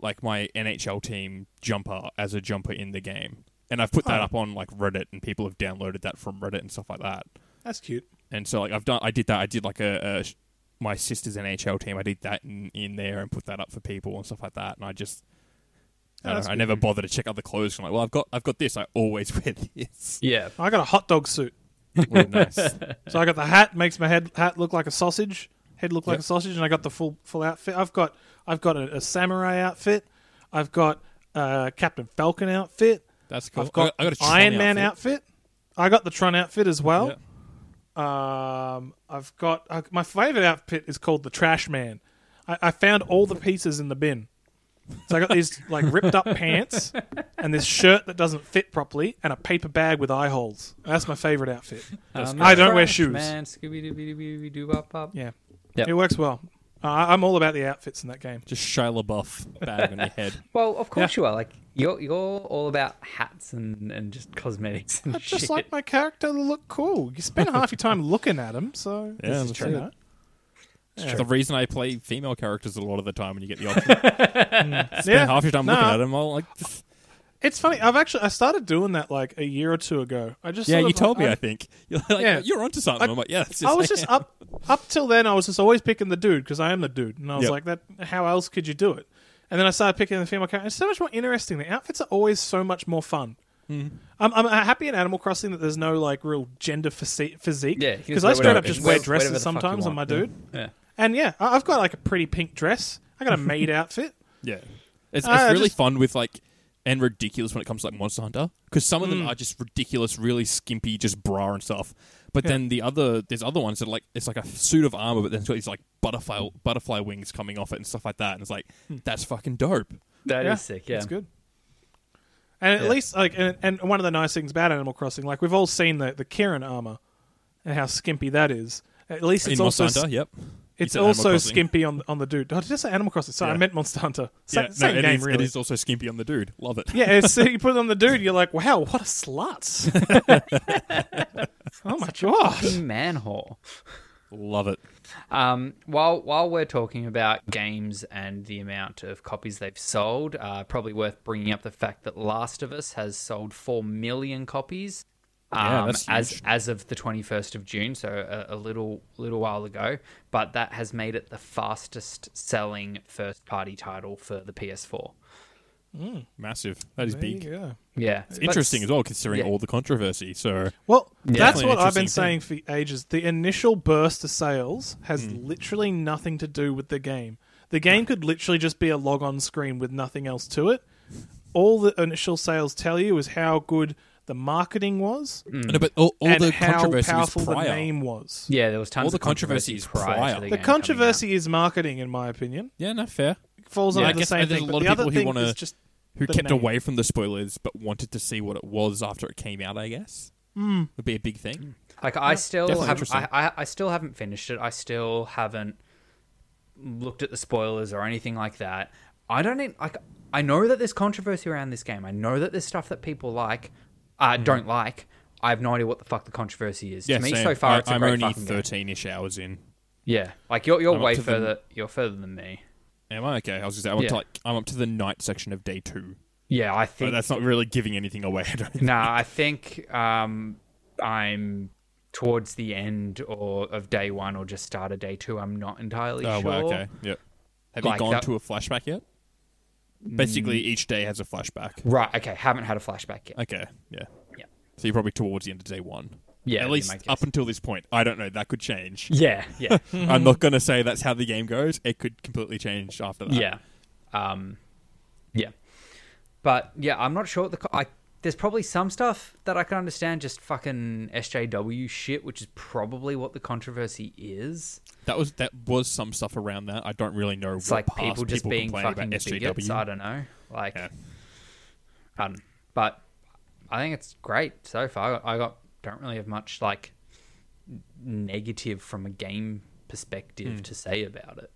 S2: like my NHL team jumper as a jumper in the game, and I've put that
S3: Huh.
S2: up on like Reddit, and people have downloaded that from Reddit and stuff like that.
S3: That's cute.
S2: And so like I've done I did that. I did like a, a sh- my sister's NHL team. I did that in, in there and put that up for people and stuff like that. And I just. I,
S3: Oh,
S2: don't
S3: that's
S2: know, I
S3: good.
S2: never bother to check out the clothes. I'm like, well, I've got, I've got this. I always *laughs* wear this.
S1: Yeah.
S3: I got a hot dog suit.
S2: Really
S3: *laughs*
S2: nice.
S3: So I got the hat, makes my head hat look like a sausage. Head look like
S2: Yep.
S3: a sausage, and I got the full full outfit. I've got I've got a, a samurai outfit. I've got uh, Captain Falcon outfit.
S2: That's cool.
S3: I've got,
S2: I got, I got a Tron
S3: Iron Man
S2: outfit.
S3: outfit. I got the Tron outfit as well. Um, I've got uh, my favorite outfit is called the Trash Man. I, I found all the pieces in the bin, so I got these like ripped up pants and this shirt that doesn't fit properly and a paper bag with eye holes. That's my favorite outfit.
S1: Um,
S3: I don't wear
S1: Christ,
S3: shoes.
S1: Man, Scooby Dooby Dooby Doo Bop Bop.
S3: Yeah,
S1: Yep.
S3: it works well. Uh, I- I'm all about the outfits in that game.
S2: Just Shia LaBeouf bag on your
S3: *laughs*
S2: head.
S1: Well, of course you are. Like you're you're all about hats and, and just cosmetics
S2: Oh,
S1: and
S3: I
S1: shit.
S3: just like my character to look cool. You spend half your time looking at him, so
S2: Yeah, This is that's true.
S3: You
S2: true.
S3: know.
S2: It's The reason I play female characters a lot of the time when you get the
S3: *laughs*
S2: option, spend
S3: Yeah.
S2: half your time looking
S3: Nah.
S2: at them, all like, "Pff."
S3: It's funny. I've actually I started doing that like a year or two ago. I just
S2: yeah,
S3: sort
S2: you
S3: of,
S2: told
S3: like,
S2: me. I think *laughs* you're like,
S3: Yeah.
S2: you're onto something.
S3: I-
S2: I, am like, yeah, that's just
S3: I was
S2: like-
S3: just up up till then. I was just always picking the dude because I am the dude, and I was
S2: Yep.
S3: like, "That how else could you do it?" And then I started picking the female character. It's so much more interesting. The outfits are always so much more fun.
S2: Mm-hmm.
S3: I'm, I'm happy in Animal Crossing that there's no like real gender physi- physique.
S1: Yeah, you can just
S3: because I
S1: wear
S3: straight
S1: whatever-
S3: up just
S1: just
S3: wear
S1: wear whatever
S3: dresses
S1: the fuck you
S3: sometimes on my
S1: want.
S3: dude.
S1: yeah.
S3: And yeah, I- I've got like a pretty pink dress. I got
S2: *laughs*
S3: a maid outfit.
S2: Yeah, it's, it's
S3: I
S2: really
S3: just-
S2: fun with like and ridiculous when it comes to like Monster Hunter because some of them
S3: Mm.
S2: are just ridiculous, really skimpy, just bra and stuff. But then the other there's other ones that are like it's like a suit of armor, but then it's got these like butterfly butterfly wings coming off it and stuff like that, and it's like
S3: Hmm.
S2: that's fucking dope.
S1: That is
S3: yeah,
S1: sick. Yeah,
S3: it's good. And at
S1: Yeah.
S3: least like, and, and one of the nice things about Animal Crossing, like we've all seen the the Kieran armor and how skimpy that is. At least it's
S2: In
S3: also
S2: Monster Hunter, yep.
S3: it's
S2: said Animal
S3: also
S2: Crossing.
S3: skimpy on on the dude. Oh, did I say Animal Crossing? Sorry, I
S2: Yeah.
S3: meant Monster Hunter. Sa-
S2: Yeah, no,
S3: same
S2: it
S3: game,
S2: is-
S3: really.
S2: It is also skimpy on the dude. Love it.
S3: Yeah, it's, you put it on the dude, you're like, wow, what
S2: *laughs*
S3: a slut. *laughs* oh my god.
S1: Fucking manhole.
S2: Love it.
S1: Um, while while we're talking about games and the amount of copies they've sold, uh, probably worth bringing up the fact that Last of Us has sold four million copies um,
S2: Yeah, that's
S1: as
S2: huge.
S1: as of the twenty first of June, so a, a little little while ago. But that has made it the fastest selling first party title for the PS4.
S2: Massive. That is big.
S3: Yeah.
S1: Yeah,
S2: It's interesting as well, considering
S1: yeah.
S2: all the controversy. So
S3: Well, that's
S2: Definitely an
S3: what I've
S2: interesting
S3: been saying for ages. The initial burst of sales has
S2: Hmm.
S3: literally nothing to do with the game. The game could literally just be a log on screen with nothing else to it. All the initial sales tell you is how good the marketing was
S2: No, but all, all
S3: and
S2: the
S3: how
S2: controversy was
S3: powerful the
S2: prior.
S3: name was.
S1: Yeah, there was tons
S2: All the
S1: of controversy
S2: controversy is
S1: prior.
S2: prior.
S1: To the, game
S2: The
S3: The
S1: coming out.
S3: controversy is marketing, in my opinion.
S2: Yeah, no, fair.
S3: It falls
S2: Yeah, I
S3: under the
S2: guess
S3: same
S2: there's
S3: thing.
S2: a
S3: but
S2: lot of
S3: the other
S2: people who
S3: thing
S2: wanna-
S3: is just
S2: who
S3: the
S2: kept
S3: name.
S2: away from the spoilers but wanted to see what it was after it came out. I guess
S3: Hmm.
S2: would be a big thing.
S1: Like I still
S2: Mm. definitely
S1: have,
S2: interesting.
S1: I, I, I still haven't finished it. I still haven't looked at the spoilers or anything like that. I don't need, like. I know that there's controversy around this game. I know that there's stuff that people like, uh,
S2: Mm.
S1: don't like. I have no idea what the fuck the controversy is. to me, so far,
S2: I,
S1: it's a
S2: am
S1: great
S2: only
S1: fucking game.
S2: thirteen-ish hours in.
S1: Yeah, like you're you're
S2: I'm up
S1: way
S2: to the-
S1: further. You're further than me.
S2: Am I okay? I was just I'm, up
S1: Yeah.
S2: to like, I'm up to the night section of day two.
S1: Yeah, I
S2: But
S1: think
S2: that's not really giving anything away. *laughs* I don't think.
S1: No, I think um, I'm towards the end or of day one or just start of day two. I'm not entirely
S2: Oh,
S1: sure.
S2: well, okay. Yep. Have
S1: Like
S2: you gone
S1: that- Mm.
S2: to a flashback yet? Basically, each day has a flashback.
S1: Right. Okay. Haven't had a flashback yet.
S2: Okay. Yeah.
S1: Yeah.
S2: So you're probably towards the end of day one.
S1: Yeah,
S2: At
S1: that'd be
S2: least
S1: my guess.
S2: up until this point. I don't know. That
S1: *laughs*
S2: could change.
S1: Yeah. Yeah.
S2: *laughs* I'm not going to say that's how the game goes. It could completely change after that.
S1: yeah. Um, yeah. But yeah, I'm not sure what the. Co- I, there's probably some stuff that I can understand, just fucking SJW shit, which is probably what the controversy is.
S2: That was that was some stuff around that. I don't really know.
S1: It's
S2: what
S1: like
S2: past
S1: people just being
S2: complaining
S1: fucking
S2: about SJW.
S1: bigots. I don't know. Like,
S2: Yeah.
S1: um, but I think it's great so far. I got, I got don't really have much like n- negative from a game perspective
S2: Hmm.
S1: to say about it.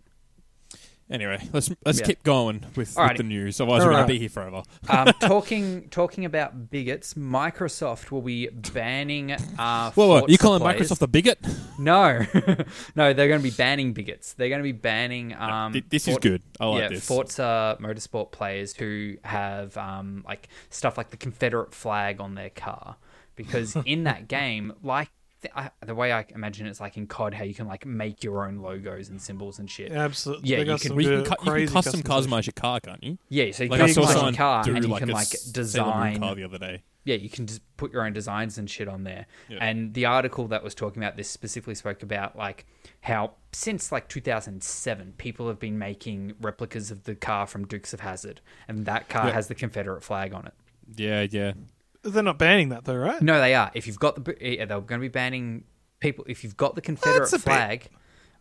S2: Anyway, let's let's
S1: Yeah.
S2: keep going with,
S1: Alrighty.
S2: with the news. Otherwise, we're
S3: Alright.
S2: going to be here forever.
S1: Um, *laughs* talking talking about bigots, Microsoft will be banning. Uh,
S2: *laughs* Whoa, whoa! You calling
S1: Fortnite players.
S2: Microsoft a bigot?
S1: No, *laughs* no, they're going to be banning bigots. They're going to be banning. Um,
S2: Th- this is good. I like
S1: yeah,
S2: this.
S1: Forza Motorsport players who have um, like stuff like the Confederate flag on their car,
S2: *laughs*
S1: because in that game, like th- I, the way I imagine it's like in COD, how you can like make your own logos and symbols and shit. Yeah,
S3: Absolutely.
S1: Yeah,
S3: They
S1: you
S3: got
S1: can-
S3: some
S2: Well, you, can
S3: good-
S2: cu- you can
S3: crazy
S2: custom
S3: customization.
S2: customize your car, can't you?
S1: so you
S2: Like
S1: can
S2: I saw
S1: customize
S2: someone
S1: your car
S2: do
S1: and you
S2: like
S1: can
S2: a
S1: like
S2: Sailor Moon
S1: design
S2: car the other day.
S1: yeah, you can just put your own designs and shit on there. And the article that was talking about this specifically spoke about like how since like 2007, people have been making replicas of the car from Dukes of Hazard, and that car
S2: Yeah.
S1: has the Confederate flag on it.
S2: Yeah, yeah.
S3: They're not banning that though, right?
S1: eh, No, they are. If you've got the, yeah, they're going to be banning people if you've got the Confederate
S3: That's a bit-
S1: flag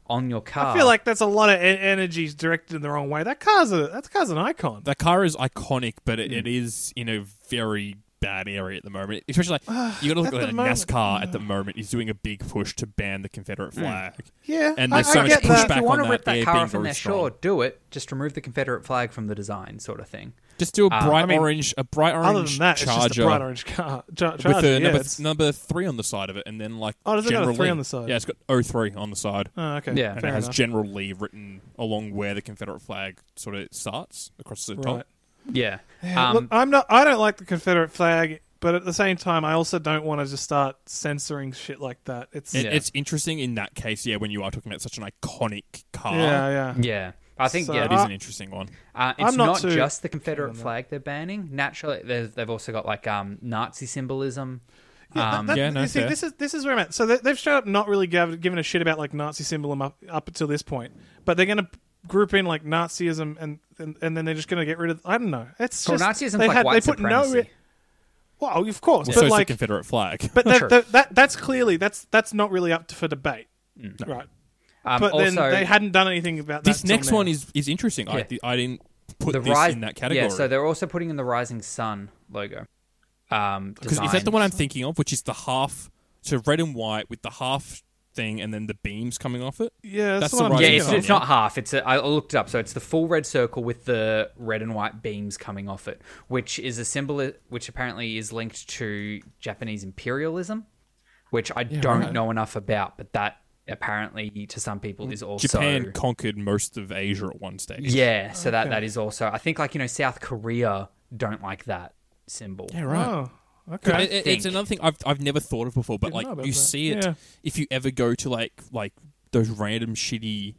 S1: on your car.
S3: I
S2: Ah.
S3: feel like that's a lot of e- energy directed in the wrong way. That car's a that car's an icon.
S2: The car is iconic, but
S3: Hmm.
S2: it, it is in a very bad area at the moment. Especially
S3: *sighs*
S2: like you got to look
S3: At
S2: at,
S3: the
S2: like,
S3: moment-
S2: NASCAR
S3: *sighs*
S2: at the moment is doing a big push to ban the Confederate flag.
S3: Hmm. Yeah,
S2: And
S3: I,
S2: there's so
S3: I
S2: much
S3: get
S1: if
S3: that.
S2: pushback.
S1: you want
S2: on
S1: to
S2: that,
S1: rip that
S2: they're
S1: car
S2: being
S1: off and
S2: very
S1: they're
S2: strong.
S1: sure, do it. Just remove the Confederate flag from the design, sort of thing.
S2: Just do a
S1: Um,
S2: bright
S3: I mean,
S2: orange, a bright orange
S3: Other than that, it's
S2: charger
S3: just a bright orange car. Char- charger,
S2: with a
S3: yeah,
S2: number,
S3: it's-
S2: number three on the side of it, and then like
S3: Oh, does it got a
S2: General
S3: three
S2: Lee.
S3: on the side?
S2: Yeah, it's got 03 on the side.
S3: oh, okay.
S1: Yeah.
S2: and
S3: fair
S2: it has
S3: enough.
S2: General Lee written along where the Confederate flag sort of starts across the
S3: Right.
S2: top.
S1: Yeah.
S3: Yeah,
S1: um,
S3: look, I'm not. I don't like the Confederate flag, but at the same time, I also don't want to just start censoring shit like that. It's
S2: It,
S1: Yeah.
S2: It's interesting in that case, yeah, when you are talking about such an iconic car.
S3: yeah, yeah.
S1: Um, yeah. I think
S3: So-
S1: yeah,
S2: It is an interesting one.
S1: Uh,
S3: I'm
S1: it's
S3: not
S1: not,
S3: too-
S1: just the
S3: on
S1: Confederate
S3: that.
S1: flag they're banning. Naturally, there's- they've also got like um, Nazi symbolism.
S3: Yeah,
S1: um,
S3: that- that-
S2: Yeah, no,
S3: you see,
S2: fair.
S3: this is this is where I'm at. So they, they've straight up not really gav- given a shit about like Nazi symbolism up up until this point, but they're going to group in like Nazism and, and and then they're just going to get rid of. I don't know. It's
S1: well,
S3: just
S1: Nazism's
S3: they
S1: like
S3: had,
S1: white
S3: they put
S1: supremacy.
S3: No re- well, of course,
S2: so
S3: but
S2: it's the
S3: like,
S2: Confederate flag.
S3: but
S1: Oh, Sure.
S3: that, that, that that's clearly that's that's not really up to, for debate, right?
S1: Mm. um,
S3: but
S1: also,
S3: then they hadn't done anything about
S2: this
S3: that. till
S2: next
S3: now.
S2: one is, is interesting. I,
S1: Yeah.
S2: th- I didn't put
S1: the
S2: this
S1: rise
S2: in that category.
S1: Yeah, so they're also putting in the rising sun logo. Um,
S2: Because is that the one I'm
S1: designs.
S2: thinking of, which is the half, so red and white with the half thing and then the beams coming off it?
S3: yeah, that's,
S2: That's
S3: the
S2: the
S3: one. I'm
S1: Yeah,
S2: rising
S1: it's,
S3: thinking
S1: it's
S2: sun,
S1: not half. It's a, I looked it up, so it's the full red circle with the red and white beams coming off it, which is a symbol which apparently is linked to Japanese imperialism, which I don't
S2: right.
S1: know enough about, but that apparently to some people is also
S2: Japan conquered most of Asia at one stage.
S1: Yeah, so that that is also I think like you know South Korea don't like that symbol.
S2: Yeah,
S3: of.
S2: right.
S3: Oh, okay.
S2: It- it- it's
S1: think.
S2: another thing I've, I've never thought of before, but
S3: Didn't
S2: like
S3: know about
S2: you
S3: that.
S2: see it
S3: Yeah.
S2: if you ever go to like like those random shitty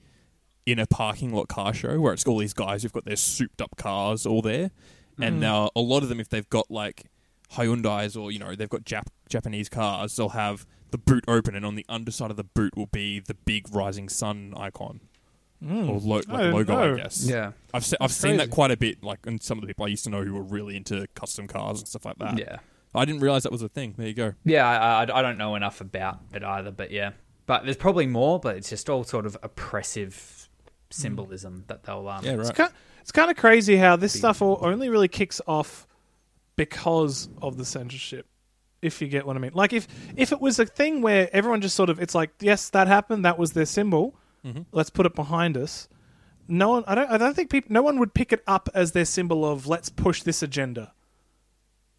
S2: in a parking lot car show where it's all these guys who've got their souped up cars all there,
S1: Mm.
S2: and now a lot of them if they've got like Hyundai's or you know they've got Jap- Japanese cars, they'll have the boot open and on the underside of the boot will be the big rising sun icon or lo- like
S3: Mm. I didn't
S2: logo,
S3: know.
S2: I guess.
S1: Yeah.
S2: I've se- I've seen that
S3: crazy.
S2: quite a bit, like in some of the people I used to know who were really into custom cars and stuff like that.
S1: Yeah.
S2: I didn't realize that was a thing. There you go.
S1: Yeah, I, I, I don't know enough about it either, but yeah. But there's probably more, but it's just all sort of oppressive symbolism that they'll um
S2: Yeah, right.
S3: It's kind, it's kind of crazy how this stuff all, only really kicks off because of the censorship. If you get what I mean, like if if it was a thing where everyone just sort of it's like yes that happened that was their symbol,
S1: Mm-hmm.
S3: let's put it behind us. No one, I don't, I don't think people, no one would pick it up as their symbol of let's push this agenda.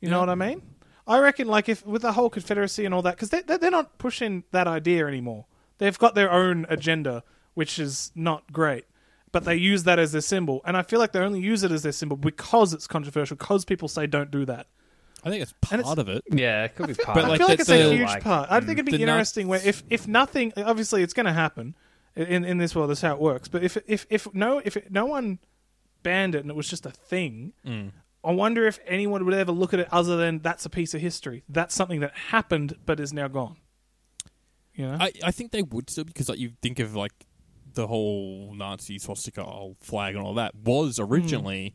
S3: You know what I mean? I reckon, like, if with the whole Confederacy and all that, because they, they, they're not pushing that idea anymore. They've got their own agenda, which is not great, but they use that as their symbol. And I feel like they only use it as their symbol because it's controversial, because people say don't do that.
S2: I think it's
S3: And it's-
S2: part of
S3: *laughs*
S2: it.
S1: Yeah, it could be part
S2: But,
S1: of
S3: I
S1: it.
S2: like,
S3: feel like
S2: the-
S3: it's a
S2: the-
S3: huge part. I think it'd be
S2: the Nazi-
S3: interesting where if, if nothing, obviously it's going to happen in in this world. That's how it works. But if if if no if it, no one banned it and it was just a thing,
S2: Mm.
S3: I wonder if anyone would ever look at it other than that's a piece of history. That's something that happened but is now gone. You know,
S2: I, I think they would still because like you think of like the whole Nazi swastika flag and all that was
S3: Hmm.
S2: originally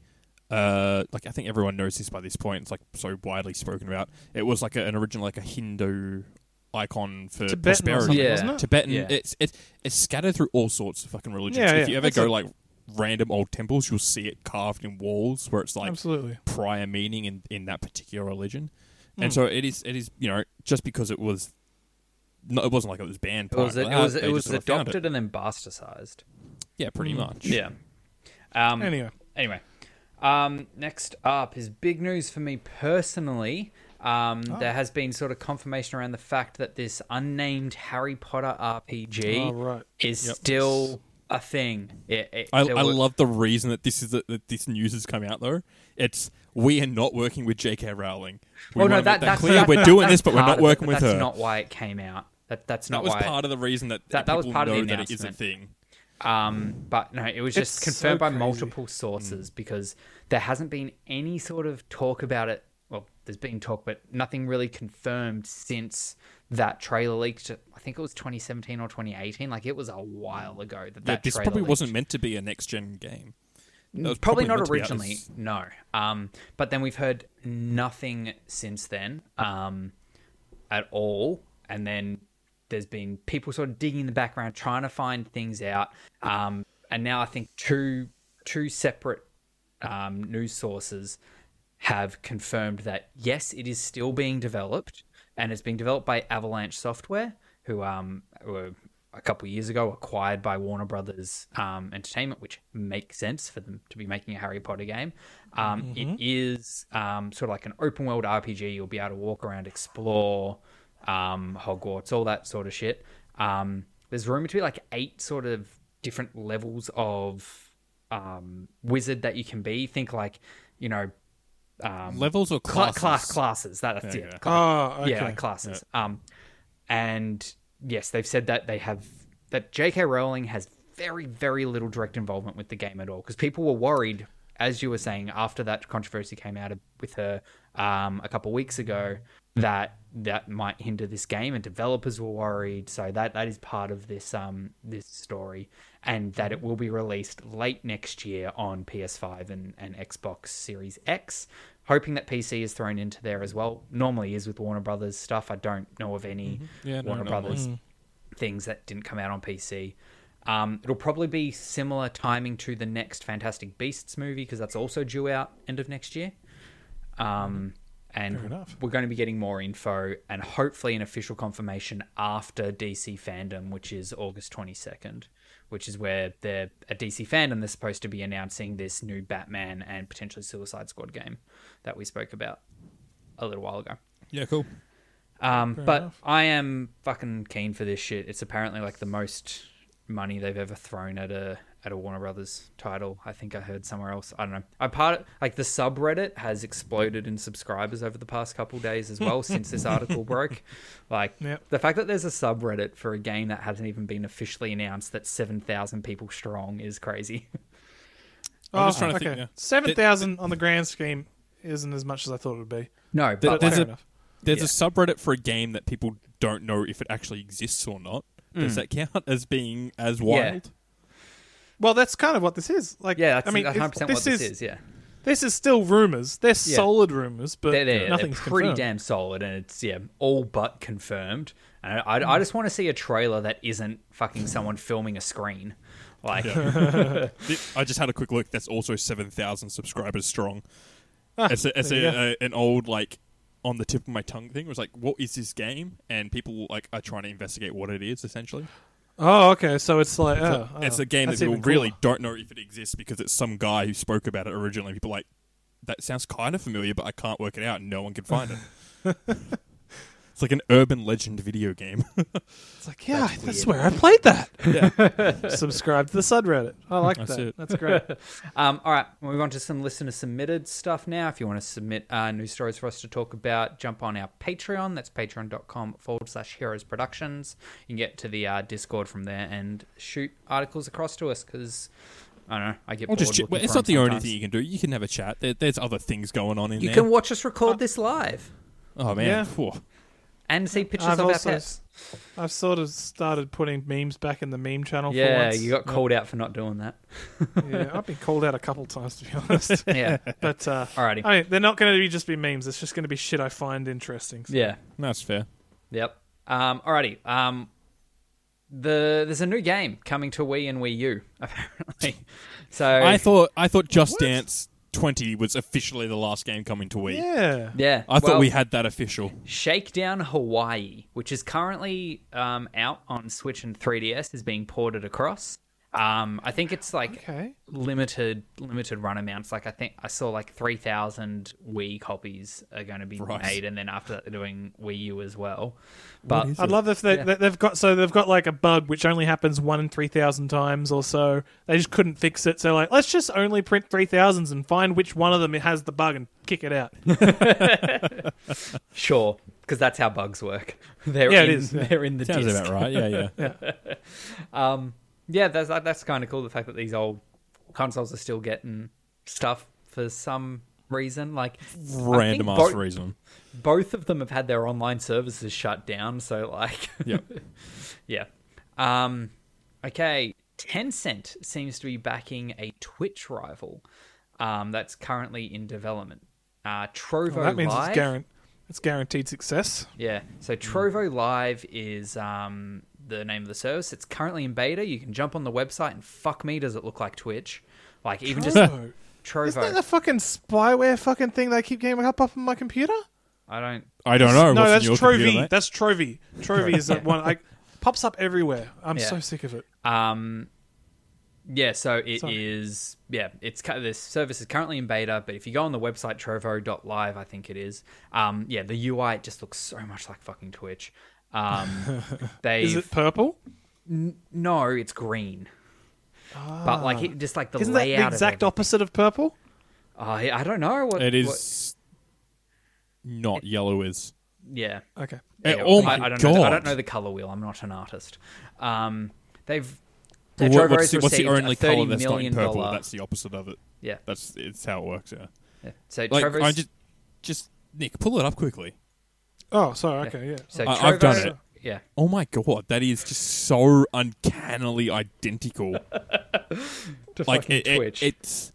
S2: uh like I think everyone knows this by this point. It's like so widely spoken about. It was like a, an original like a Hindu icon for
S3: Tibetan or
S2: prosperity.
S3: something,
S1: Yeah.
S3: wasn't it?
S2: Tibetan.
S1: Yeah.
S2: It's it's it's scattered through all sorts of fucking religions.
S3: Yeah,
S2: if
S3: yeah.
S2: you ever
S3: That's
S2: go
S3: it.
S2: like random old temples, you'll see it carved in walls where it's like
S3: Absolutely.
S2: prior meaning in, in that particular religion.
S1: Hmm.
S2: And so it is it is you know just because it was no, it wasn't like it was banned.
S1: It was,
S2: prior
S1: it
S2: to that,
S1: was,
S2: they
S1: it
S2: just
S1: was
S2: sort of found it.
S1: adopted and then bastardized.
S2: Yeah, pretty much.
S1: Yeah. Um,
S3: Anyway.
S1: Anyway. Um, next up is big news for me personally. Um,
S2: Oh.
S1: There has been sort of confirmation around the fact that this unnamed Harry Potter RPG
S3: Oh, right.
S1: is still a thing. It, it-
S2: I,
S1: there
S2: I
S1: were- Oh,
S2: love the reason that this is that this news has come out though. It's we are not working with J.K. Rowling. We
S1: Well, no,
S2: wanna make
S1: that- that's-
S2: clear.
S1: that-
S2: We're
S1: that-
S2: doing
S1: that's
S2: this, but we're
S1: part
S2: not
S1: of it,
S2: working
S1: but
S2: with
S1: that's
S2: her.
S1: not why it came out. That that's
S2: that
S1: not
S2: was
S1: why.
S2: part of the reason that
S1: That- that was
S2: people
S1: part of the
S2: know that it is a
S1: announcement.
S2: thing.
S1: Um, but no, it was just
S3: It's
S1: confirmed
S3: so
S1: by
S3: crazy. Mm.
S1: multiple sources because there hasn't been any sort of talk about it. Well, there's been talk, but nothing really confirmed since that trailer leaked. I think it was 2017 or 2018. Like it was a while ago that
S2: Yeah,
S1: that
S2: this
S1: trailer
S2: probably
S1: leaked.
S2: wasn't meant to be a next gen game. That was
S1: probably,
S2: meant
S1: not
S2: to be out
S1: originally
S2: as-
S1: no um but then we've heard nothing since then um at all and then there's been people sort of digging in the background trying to find things out. Um, and now I think two two separate um, news sources have confirmed that yes, it is still being developed, and it's being developed by Avalanche Software, who um, were a couple of years ago acquired by Warner Brothers um, Entertainment, which makes sense for them to be making a Harry Potter game. Um, it is um, sort of like an open world RPG. You'll be able to walk around, explore um, Hogwarts, all that sort of shit. Um, there's rumored to be like eight sort of different levels of um, wizard that you can be. Think like, you know, um,
S2: Levels or
S1: cla-
S2: classes?
S1: class classes. That, that's
S2: Yeah,
S1: it.
S2: yeah.
S1: Cla-
S3: Oh, okay.
S1: yeah, like classes. Um, and yes, they've said that they have that J.K. Rowling has very, very little direct involvement with the game at all because people were worried, as you were saying, after that controversy came out of- with her um, a couple weeks ago, that that might hinder this game, and developers were worried. So that that is part of this um this story, and that it will be released late next year on PS5 and, and Xbox Series X hoping that PC is thrown into there as well. Normally is with Warner Brothers stuff. I don't know of any
S2: Mm-hmm. Yeah, no,
S1: Warner
S2: normally.
S1: Brothers things that didn't come out on PC. Um, it'll probably be similar timing to the next Fantastic Beasts movie because that's also due out end of next year. Um,
S3: Mm-hmm. Fair
S1: and
S3: enough.
S1: we're going to be getting more info and hopefully an official confirmation after DC Fandom, which is August 22nd, which is where they're at DC Fandom, they're supposed to be announcing this new Batman and potentially Suicide Squad game that we spoke about a little while ago.
S2: Yeah, cool.
S1: Um,
S3: Fair
S1: but
S3: enough.
S1: I am fucking keen for this shit. It's apparently like the most money they've ever thrown at a at a Warner Brothers title. I think I heard somewhere else. I don't know. I part like the subreddit has exploded in subscribers over the past couple days as well since this article
S3: *laughs*
S1: broke. Like
S3: Yep.
S1: the fact that there's a subreddit for a game that hasn't even been officially announced that's seven thousand people strong is crazy. *laughs*
S2: I'm just trying to think, yeah.
S3: Oh, Seven thousand on the grand scheme isn't as much as I thought it would be.
S1: no, but
S2: there's
S3: fair
S2: a-
S3: enough.
S2: There's
S1: Yeah.
S2: a subreddit for a game that people don't know if it actually exists or not.
S3: Mm.
S2: Does that count as being as
S1: Yeah.
S3: *laughs*
S2: wild?
S3: Well, that's kind of what this is. Like,
S1: yeah, that's
S3: I mean, it's-
S1: 100% what
S3: this,
S1: this
S3: is,
S1: is. Yeah.
S3: This is still rumors. They're solid rumors, but
S1: they're, they're, they're
S3: nothing's
S1: pretty
S3: confirmed.
S1: damn solid, and it's yeah, all but confirmed. And I, I, I just want to see a trailer that isn't fucking someone filming a screen, like
S2: Th- I just had a quick look. That's also seven thousand subscribers strong. it's a, it's
S3: Ah, there
S2: a,
S3: you go.
S2: a, an old like on the tip of my tongue thing. It was like, what is this game? And people like are trying to investigate what it is. Essentially,
S3: Oh, okay. So it's like oh, oh,
S2: it's a game that
S3: that's
S2: people
S3: even cooler.
S2: really don't know if it exists because it's some guy who spoke about it originally. People are like that sounds kind of familiar, but I can't work it out. and No one can find it. *laughs* it's like an urban legend video game.
S3: It's like yeah,
S1: That's
S3: that's,
S1: weird.
S3: where I played that. *laughs* Subscribe to the subreddit. I like
S2: That's
S3: that.
S2: it. *laughs*
S3: That's great.
S1: Um, all right, we'll move on to some listener submitted stuff now. If you want to submit uh, news stories for us to talk about, jump on our Patreon. That's patreon.com forward slash heroes productions. You can get to the uh, Discord from there and shoot articles across to us because I don't know, I get
S2: Or
S1: bored.
S2: just ch-
S1: looking
S2: it's
S1: for
S2: not the
S1: them
S2: only
S1: sometimes.
S2: thing you can do. You can have a chat. There, there's other things going on in
S1: You
S2: there.
S1: can watch us record this live
S2: oh
S3: Yeah.
S2: man, Phew.
S1: and see pictures
S3: I've
S1: of our
S3: also
S1: pets.
S3: I've sort of started putting memes back in the meme channel. for
S1: Yeah,
S3: once.
S1: you got called out for not doing
S2: *laughs*
S1: that.
S3: *laughs* yeah, I've been called out a couple times to be honest.
S1: Yeah.
S3: But uh,
S1: Alrighty.
S3: I mean, they're not going to be just be memes. It's just going to be shit I find interesting.
S1: Yeah.
S2: that's fair.
S1: Yep. Um, alrighty. Um, the there's a new game coming to Wii and Wii U *laughs* apparently. So
S2: I thought I thought Just
S3: What?
S2: Dance 20 was officially the last game coming to Wii.
S3: Yeah.
S1: yeah,
S2: I thought
S1: well,
S2: we had that official.
S1: Shakedown Hawaii, which is currently um, out on Switch and 3DS, is being ported across. Um, I think it's like
S3: Okay.
S1: limited limited run amounts. Like I think I saw like three thousand Wii copies are going to be
S2: Right.
S1: made, and then after that they're doing Wii U as well. But
S2: is
S3: I'd love if they,
S1: Yeah.
S3: they they've got so they've got like a bug which only happens one in three thousand times or so. They just couldn't fix it, so like let's just only print three thousands and find which one of them it has the bug and kick it out.
S1: Sure, because that's how bugs work. *laughs* They're
S3: Yeah,
S1: in,
S3: it is, yeah.
S1: They're in the
S2: Sounds
S1: disc.
S2: about right. Yeah,
S1: *laughs*
S2: yeah.
S1: Um, yeah, that's that- that's kind of cool. The fact that these old consoles are still getting stuff for some reason, like I think
S2: Random ass
S1: both-
S2: reason.
S1: both of them have had their online services shut down. So like, *laughs*
S2: Yep.
S1: yeah. Um, okay, Tencent seems to be backing a Twitch rival um, that's currently in development. Uh, Trovo
S3: Well, that means
S1: Live.
S3: it's guaranteed. It's guaranteed success.
S1: Yeah. So
S3: Mm.
S1: Trovo Live is um, the name of the service. It's currently in beta. You can jump on the website and fuck me, does it look like Twitch? Like even just
S3: Trovo. Isn't that
S1: Trovo.
S3: the fucking spyware fucking thing they keep getting up up on my computer?
S1: I don't.
S2: I don't know.
S3: no,
S2: what's in
S3: that's
S2: your
S3: Trovy.
S2: computer, mate.
S3: that's Trovy. Trovy is
S1: *laughs*
S3: that
S1: Yeah.
S3: one. I, pops up everywhere. I'm
S1: Yeah.
S3: so sick of it.
S1: Um, yeah. So it is.
S3: Sorry.
S1: Yeah. It's cu- this service is currently in beta, but if you go on the website trovo.live, I think it is. Um, yeah. The UI it just looks so much like fucking Twitch.
S3: *laughs*
S1: Um, they
S3: Is it purple?
S1: no, it's green. But like it, just like the
S3: Ah. Isn't that
S1: layout
S3: the exact
S1: of
S3: opposite of purple?
S1: it. I I don't know what
S2: It
S1: what-
S2: is not yellow. Is
S1: yeah.
S3: Okay.
S2: Eh,
S1: Yeah,
S2: oh
S1: I,
S2: my
S1: I don't
S2: god!
S1: Know, the- I don't know the color wheel. I'm not an artist. Um, they've.
S2: But
S1: Trovo
S2: what-
S1: has
S2: what's, the, what's the
S1: received a
S2: only color
S1: $30
S2: that's not in
S1: million
S2: purple?
S1: dollar-
S2: That's the opposite of it.
S1: yeah,
S2: That's it's how it works. Yeah.
S1: yeah. So
S2: Like
S1: Trovo's,
S2: I just, just Nick, pull it up quickly.
S3: Oh, sorry. Okay, yeah.
S1: so
S2: I-
S1: Trovo's-
S2: I've done it.
S1: Yeah,
S2: Oh my god, that is just so
S1: *laughs*
S2: uncannily identical. like it, it-
S1: Twitch.
S2: it's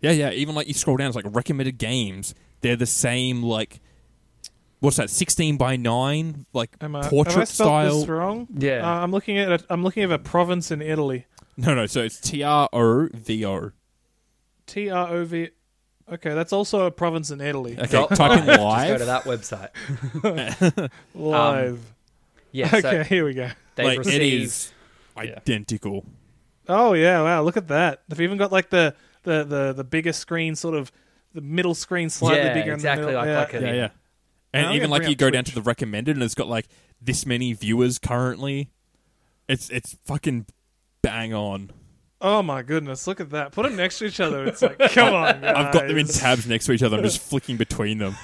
S2: yeah, yeah. Even like you scroll down, it's like recommended games. They're the same. Like what's that? Sixteen by nine, like
S3: Am I,
S2: portrait
S3: have I spelled
S2: style.
S3: this wrong?
S1: Yeah.
S3: Uh, I'm looking at a, I'm looking at a province in Italy.
S2: No, no. So it's T R O V O.
S3: T R O V. Okay, that's also a province in Italy.
S2: Okay,
S1: Dot
S2: type in
S1: live. *laughs* Just go to
S2: live.
S1: that website.
S3: Live.
S2: *laughs*
S1: Yeah,
S3: okay,
S1: Um,
S3: *laughs*
S1: so
S3: here we go.
S1: they've
S2: like
S1: received.
S2: it is identical.
S3: Oh yeah, wow! Look at that. They've even got like the the the, the bigger screen, sort of the middle screen, slightly
S1: Yeah,
S3: bigger.
S1: exactly,
S3: In the
S1: like-
S3: middle.
S1: like a-
S2: Yeah,
S1: Yeah.
S2: yeah.
S3: Now
S2: And
S3: I'm
S2: even
S3: gonna
S2: like
S3: bring
S2: you
S3: up
S2: go down to the recommended, and it's got like this many viewers currently. It's it's fucking bang on.
S3: Oh my goodness! Look at that. Put them next to each other. It's like, *laughs* come on, guys.
S2: I've got them in *laughs* tabs next to each other.
S1: *laughs*
S2: I'm just flicking between them.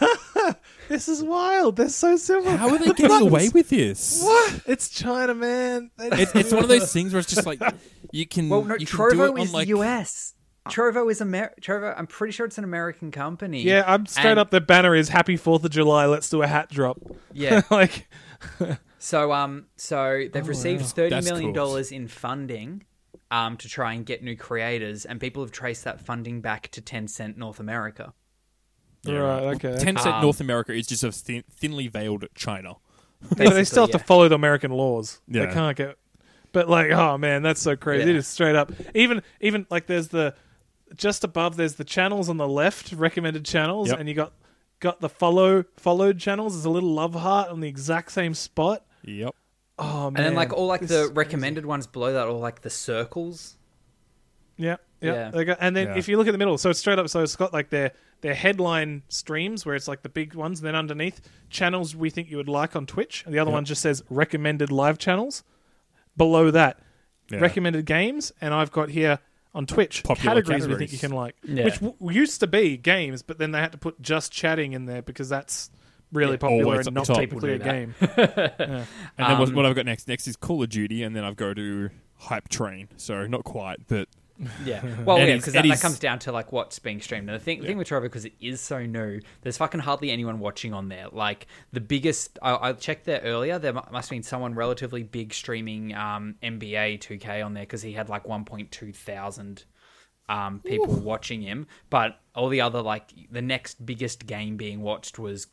S3: This is wild. They're so similar.
S2: How are they getting away with this?
S3: What? It's China, man. They just-
S2: It's, it's one of those things where it's just like you can.
S1: Well, no,
S2: you can do it
S1: Trovo
S2: on
S1: is
S2: like,
S1: the US. Trovo is Amer- Trovo. I'm pretty sure it's an American company.
S3: yeah, I'm straight
S1: And-
S3: up. The banner is "Happy Fourth of July. Let's do a hat drop."
S1: Yeah.
S3: *laughs* like,
S1: So um, so
S3: Oh,
S1: they've received thirty
S2: That's
S1: million
S2: cool.
S1: dollars in funding, um, to try and get new creators, and people have traced that funding back to Tencent North America.
S2: Yeah,
S3: right,
S2: Well,
S3: okay.
S2: Tencent
S1: Um,
S2: North America is just a thin, thinly veiled China.
S3: but they still have
S1: Basically,
S3: to follow the American laws.
S2: Yeah.
S3: They can't get. But like, oh man, that's so crazy.
S1: Yeah.
S3: It is straight up. Even even like, there's the just above. There's the channels on the left, recommended channels,
S2: Yep.
S3: and you got got the follow followed channels. There's a little love heart on the exact same spot.
S2: Yep.
S3: Oh man,
S1: And then like all like
S3: This
S1: the
S3: is crazy.
S1: recommended ones below that, all like the circles.
S3: Yeah,
S1: Yeah.
S3: yeah. They got- and then
S2: Yeah.
S3: if you look at the middle, so it's straight up. So it's got like their their headline streams where it's like the big ones, and then underneath channels we think you would like on Twitch, and the other one just says recommended live channels. Below that,
S2: Yeah.
S3: recommended games, and I've got here on Twitch
S2: Popular
S3: categories, we
S2: categories.
S3: think you can like,
S1: Yeah.
S3: which w- used to be games, but then they had to put just chatting in there because that's really
S1: Yeah,
S3: popular
S2: always
S3: and
S2: at
S3: not
S2: the top.
S3: typically a
S1: People do
S3: game.
S2: And then what,
S1: Um,
S2: what I've got next? Next is Call of Duty, and then I've go to Hype Train. So not quite, but
S1: *laughs* Yeah. Well,
S2: It
S1: yeah,
S2: is-
S1: because
S2: it
S1: that, that
S2: is-
S1: comes down to like what's being streamed. And the thing, the thing with Trovo, because it is so new, there's fucking hardly anyone watching on there. Like the biggest, I, I checked there earlier. There mu- must have been someone relatively big streaming um, NBA 2K on there because he had like 1.2 thousand um, people watching him. But all the other, like the next biggest game being watched was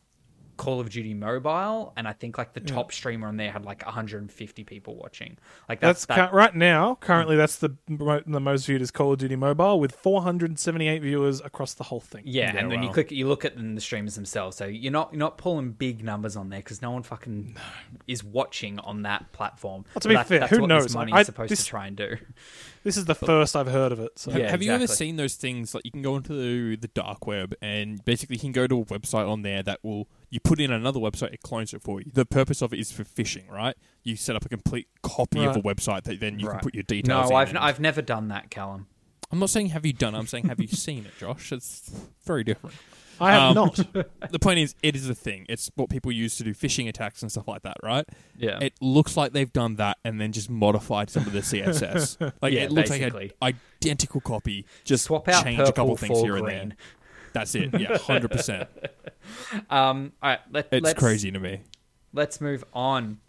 S1: Call of Duty Mobile, and I think like the top streamer on there had like 150 people watching. Like that's,
S3: That's
S1: that,
S3: cu- right now. Currently, that's the mo- the most viewed is Call of Duty Mobile with 478 viewers across the whole thing.
S1: Yeah,
S2: Yeah,
S1: and then you
S2: wow.
S1: click, you look at them, the streamers themselves. So you're not you're not pulling big numbers on there because no one fucking is watching on that platform.
S3: to be
S1: That-
S3: fair,
S1: that's
S3: who
S1: what
S3: knows?
S1: This money
S3: I-
S1: is supposed
S3: this-
S1: to try and do.
S3: This is the first I've heard of it. So
S1: Yeah.
S2: Have you ever
S1: exactly.
S2: seen those things? Like you can go into the, the dark web, and basically you can go to a website on there that will you put in another website, it clones it for you. The purpose of it is for phishing, right? You set up a complete copy of a
S3: Right.
S2: website that then you can
S1: Right.
S2: put your details.
S1: No,
S2: in
S1: I've
S2: and-
S1: I've never done that, Callum.
S2: I'm not saying have you done. it, I'm saying
S1: *laughs*
S2: have you seen it, Josh? It's very different.
S3: *laughs* I
S2: Um,
S3: have
S1: *laughs*
S3: not.
S2: the point is, it is a thing. It's what people use to do phishing attacks and stuff like that, right?
S1: Yeah.
S2: It looks like they've done that and then just modified some of the CSS. like
S1: Yeah,
S2: it looks
S1: basically.
S2: like an identical copy. Just
S1: Swap out
S2: change
S1: purple
S2: a couple things
S1: for
S2: here
S1: green.
S2: and there. That's it. Yeah, hundred percent.
S1: Um, all right, let,
S2: It's
S1: let's
S2: crazy to me.
S1: let's move on.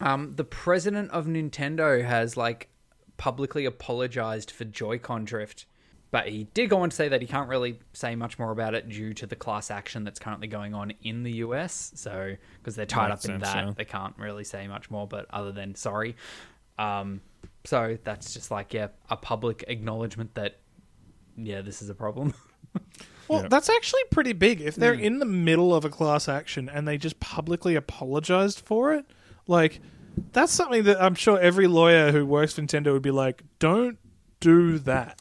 S1: Um, the president of Nintendo has like publicly apologized for Joy-Con drift. But he did go on to say that he can't really say much more about it due to the class action that's currently going on in the US. So, because they're tied
S2: Makes
S1: up in
S2: sense,
S1: that,
S2: yeah.
S1: they can't really say much more, but other than sorry. Um, so, that's just like, yeah, a public acknowledgement that, yeah, this is a problem. *laughs*
S3: Well,
S2: Yeah.
S3: that's actually pretty big. If
S1: Hmm.
S3: they're in the middle of a class action and they just publicly apologized for it, like that's something that I'm sure every lawyer who works for Nintendo would be like, "Don't do that."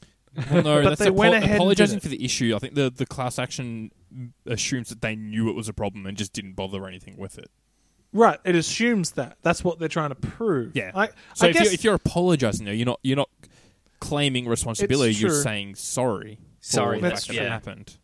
S2: Well, no,
S3: But
S2: that's
S3: they went ahead and did
S2: apologizing
S3: it.
S2: for the issue. I think the the class action assumes that they knew it was a problem and just didn't bother anything with it.
S3: Right? It assumes that. That's what they're trying to prove. I,
S2: so
S3: I
S2: if,
S3: guess
S2: you're, if you're apologizing, though, you're not you're not claiming responsibility. You're
S3: true.
S2: saying sorry. for
S1: Sorry,
S2: the
S3: that's
S2: fact that
S1: true.
S2: it
S1: Yeah.
S2: happened.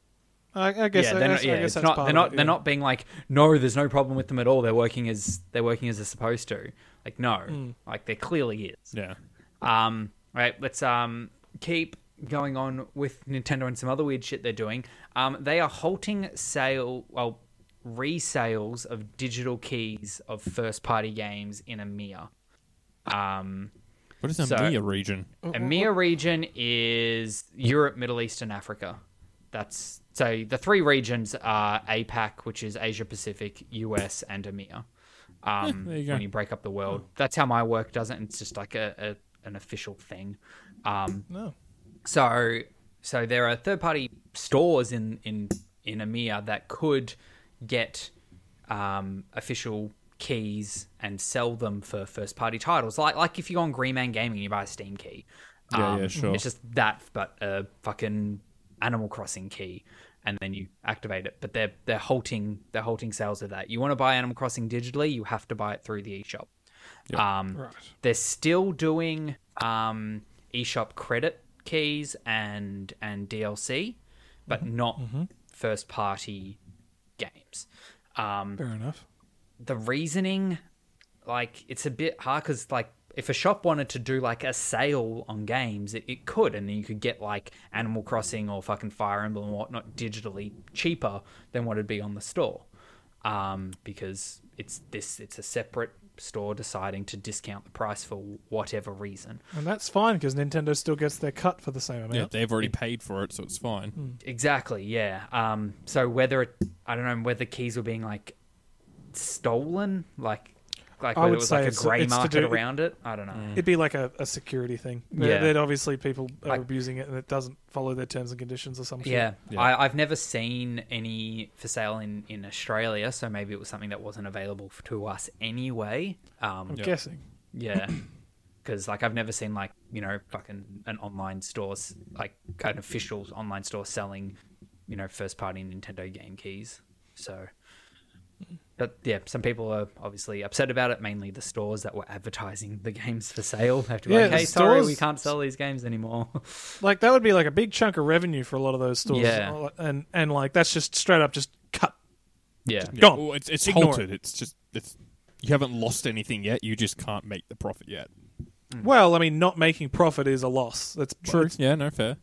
S3: I, I guess,
S1: yeah, they're
S3: I, guess,
S1: not, yeah,
S3: I guess
S1: it's
S3: that's
S1: not.
S3: part
S1: They're
S3: of
S1: not.
S3: it,
S1: They're
S3: yeah.
S1: not being like, no, there's no problem with them at all. They're working as they're working as they're supposed to. Like, no,
S3: Hmm.
S1: like there clearly is.
S2: Yeah.
S1: Um, right, let's um keep going on with Nintendo and some other weird shit they're doing. Um, they are halting sale, well, resales of digital keys of first-party games in EMEA. Um,
S2: What is the
S1: So-
S2: EMEA region?
S1: EMEA region is Europe, Middle East, and Africa. That's so the three regions are APAC, which is Asia Pacific, US, and EMEA. Um,
S2: there you go. Mm.
S1: When you break up the world, that's how my work does it. and It's just like a, a an official thing. Um,
S3: No.
S1: so, so there are third-party stores in in in E EMEA that could get um, official keys and sell them for first-party titles. Like like if you go on Green Man Gaming, and you buy a Steam key. Um,
S2: Yeah, yeah, sure.
S1: It's just that, but a fucking Animal Crossing key, and then you activate it. But they're they're halting they're halting sales of that. You want to buy Animal Crossing digitally, you have to buy it through the eShop. Um,
S3: Right.
S1: They're still doing um, eShop credit keys and and DLC, but not first party games. Um,
S3: Fair enough.
S1: the reasoning, like, it's a bit hard because, like, if a shop wanted to do like a sale on games, it, it could, and you could get like Animal Crossing or fucking Fire Emblem and whatnot digitally cheaper than what it'd be on the store, um, because it's this it's a separate store deciding to discount the price for whatever reason.
S3: And that's fine because Nintendo still gets their cut for the same amount.
S2: Yeah, they've already paid for it, Hmm. so it's fine.
S1: Exactly, yeah. Um, so whether it, I don't know whether keys were being like stolen, like like
S3: I
S1: whether
S3: would
S1: it was
S3: say
S1: like a
S3: it's-
S1: grey
S3: it's to
S1: market
S3: do- Mm.
S1: around it. I don't know.
S3: It'd be like a, a security thing. They're,
S1: Yeah.
S3: they're obviously people are
S1: Like-
S3: abusing it and it doesn't follow their terms and conditions or something.
S1: Yeah,
S2: Yeah.
S1: I, I've never seen any for sale in, in Australia, so maybe it was something that wasn't available f- to us anyway. Um,
S3: I'm guessing.
S1: yeah, *coughs* because like I've never seen like you know fucking an online store s- like an official online store selling you know first party Nintendo game keys. So, but yeah, some people are obviously upset about it. Mainly the stores that were advertising the games for sale have to be
S3: Yeah,
S1: like,
S3: the
S1: hey, sorry, we
S3: stores-
S1: can't sell these games anymore. *laughs*
S3: Like that would be like a big chunk of revenue for a lot of those stores. Uh,
S1: Yeah.
S3: And and like that's just straight up just cut.
S1: yeah,
S2: Yeah,
S3: Gone.
S2: well, it's it's
S3: Ignore
S2: halted. It's just it's you haven't lost anything yet. You just can't make the profit yet. Hmm.
S3: Well, I mean, not making profit is a loss. That's It's,
S2: Yeah. No. Fair.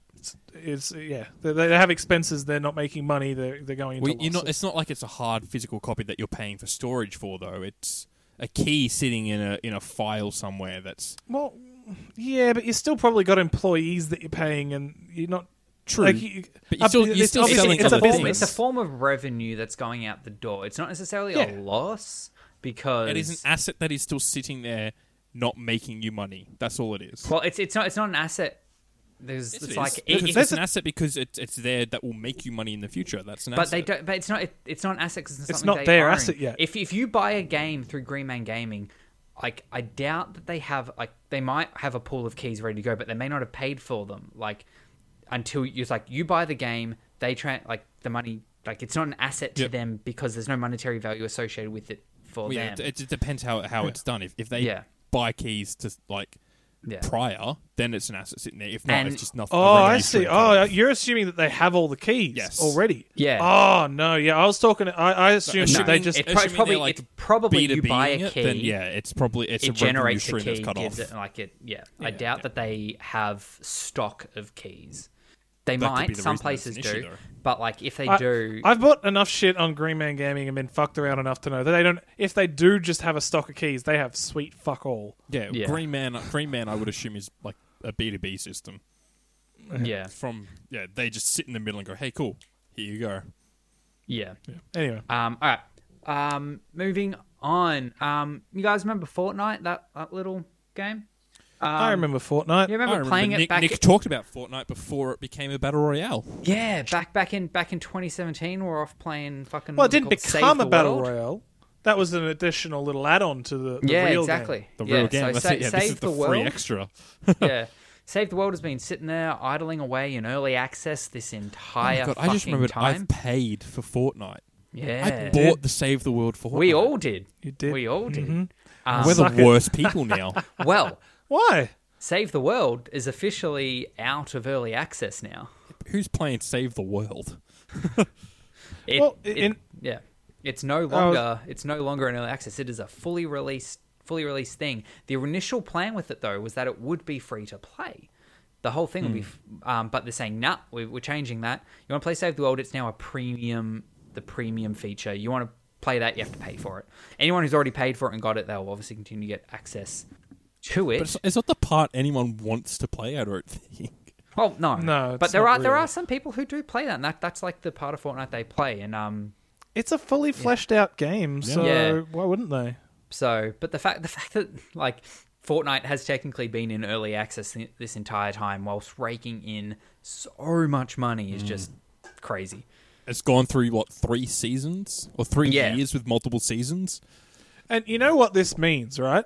S3: it's yeah. They, they have expenses. They're not making money. They're they're going into
S2: Well, you're
S3: loss.
S2: not, it's not like it's a hard physical copy that you're paying for storage for, though. It's a key sitting in a in a file somewhere. That's
S3: Well, yeah, but you still probably got employees that you're paying, and you're not
S2: True.
S3: Like, you,
S2: But you're still-
S3: it's
S2: you're still
S3: obviously-
S2: selling
S3: it's a
S2: other
S1: form,
S2: things.
S1: it's
S3: business.
S1: a form of revenue that's going out the door. It's not necessarily
S3: Yeah.
S1: a loss because
S2: it is an asset that is still sitting there, not making you money. That's all it is.
S1: well, it's it's not it's not an asset. There's it's like
S2: because
S1: it-
S2: it's,
S1: it-
S2: an asset because it's it's there that will make you money in the future. That's an
S1: but
S2: asset.
S1: they don't. But it's not it, it's not an asset 'cause it's,
S3: It's
S1: something
S3: not
S1: they
S3: their
S1: own.
S3: asset yet.
S1: If if you buy a game through Green Man Gaming, like I doubt that they have like they might have a pool of keys ready to go, but they may not have paid for them. Like until you it's like you buy the game, they tra- like the money. Like it's not an asset to
S2: Yep.
S1: them because there's no monetary value associated with it for
S2: Well, yeah,
S1: them.
S2: it, it depends how how it's done. If if they
S1: Yeah.
S2: buy keys to like
S1: Yeah.
S2: prior, then it's an asset sitting there. If not,
S1: And-
S2: it's just nothing.
S3: Oh,
S2: a
S3: I
S2: revenue
S3: see.
S2: stream
S3: Oh,
S2: from it.
S3: you're assuming that they have all the keys
S2: Yes.
S3: already.
S1: Yeah.
S3: Oh no, yeah. I was talking. I, I assumed
S2: Assuming-
S3: that they just.
S1: It pro-
S2: assuming
S1: probably-
S2: they're, like,
S1: it's probably you
S2: B2Bing
S1: buy a
S2: it, Then
S1: key,
S2: yeah, it's probably it's a
S1: it generates
S2: revenue
S1: the
S2: stream
S1: key,
S2: that's cut
S1: gives
S2: off.
S1: it like it. Yeah, I doubt that they have stock of keys. They
S2: That could be
S1: might.
S2: the
S1: Some
S2: reason it's an
S1: places
S2: issue,
S1: do,
S2: though.
S1: but like if they
S3: I,
S1: do,
S3: I've bought enough shit on Green Man Gaming and been fucked around enough to know that they don't. If they do just have a stock of keys, they have sweet fuck all.
S2: Yeah,
S1: Yeah.
S2: Green Man. Green Man, I would assume is like a B two B system.
S1: yeah,
S2: From yeah, they just sit in the middle and go, "Hey, cool, here you go."
S1: yeah.
S3: Anyway,
S1: Um, all right. Um, moving on. Um, you guys remember Fortnite? That that little game. Um,
S3: I remember Fortnite.
S1: You remember,
S2: I remember
S1: playing
S2: Nick,
S1: it back?
S2: Nick talked about Fortnite before it became a battle royale.
S1: yeah, back back in back in 2017, we're off playing fucking.
S3: well,
S1: what
S3: it didn't
S1: called Save
S3: become a
S1: the
S3: battle
S1: World.
S3: royale. That was an additional little add-on to the, the
S1: Yeah,
S3: real
S1: exactly.
S2: The
S1: yeah,
S2: real game.
S1: So
S2: That's
S1: sa-
S2: it. Yeah,
S1: Save
S2: this is the,
S1: the,
S2: free
S1: World.
S2: extra.
S1: yeah. Save the World has been sitting there idling away in early access this entire
S2: Oh God, I
S1: fucking
S2: just remembered
S1: time.
S2: I've paid for Fortnite.
S1: yeah.
S2: I bought the Save the World Fortnite.
S1: we all did.
S3: You did.
S1: We all did.
S3: Mhm.
S1: Um,
S2: *laughs* We're
S3: Suck
S2: the
S3: it.
S2: worst people now.
S1: *laughs* well,
S3: game. Why?
S1: Save the World is officially out of early access now.
S2: Who's playing Save the World?
S1: It,
S3: Well,
S1: it-
S3: in- Oh.
S1: yeah, it's no longer it's no longer in early access. It is a fully released fully released thing. The initial plan with it though was that it would be free to play. The whole thing would be,
S3: Hmm.
S1: f- um, but they're saying nah, we, we're changing that. You want to play Save the World? It's now a premium the premium feature. You want to play that? You have to pay for it. Anyone who's already paid for it and got it, they'll obviously continue to get access to
S2: But
S1: it.
S2: it's, it's not the part anyone wants to play, I don't think.
S1: Well, no,
S3: No,
S1: but
S3: it's
S1: there
S3: not
S1: are there
S3: really.
S1: are some people who do play that, and that that's like the part of Fortnite they play. And um,
S3: It's a fully fleshed-out game, so
S1: Yeah.
S3: why wouldn't they?
S1: so but the fact the *laughs* fact that like Fortnite has technically been in early access thi- this entire time, whilst raking in so much money, is just crazy.
S2: It's gone through, what, three seasons? Or three
S1: Yeah.
S2: years with multiple seasons?
S3: And you know what this means, right?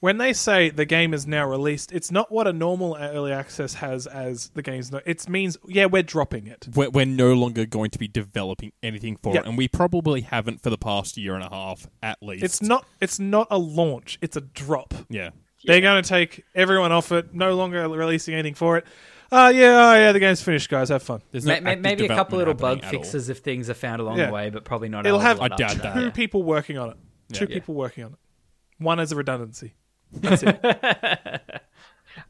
S3: When they say the game is now released, it's not what a normal early access has as the game's. No- it means yeah, we're dropping it.
S2: We're, we're no longer going to be developing anything for
S3: Yeah.
S2: it, and we probably haven't for the past year and a half, at least.
S3: It's not. It's not a launch. It's a drop.
S2: Yeah.
S3: They're going to take everyone off it. No longer releasing anything for it. Uh yeah, oh, yeah. The game's finished, guys. Have fun.
S2: There's no
S1: Ma- ma-
S2: active
S1: maybe a couple
S2: development
S1: little bug
S2: happening at all.
S1: fixes if things are found along
S3: Yeah.
S1: the way, but probably not. a
S3: It'll
S1: whole
S3: have-
S1: lot
S2: I doubt
S1: after
S2: that.
S1: *laughs*
S3: Two people working on it. Two
S2: Yeah.
S3: people working on it. One as a redundancy.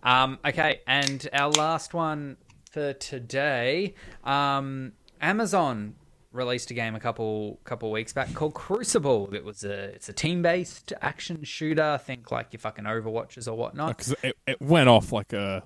S1: Um, okay, and our last one for today, um, Amazon released a game a couple couple weeks back called Crucible. It was a it's a team based action shooter. Think like your fucking Overwatches or whatnot.
S2: 'Cause it, it went off like a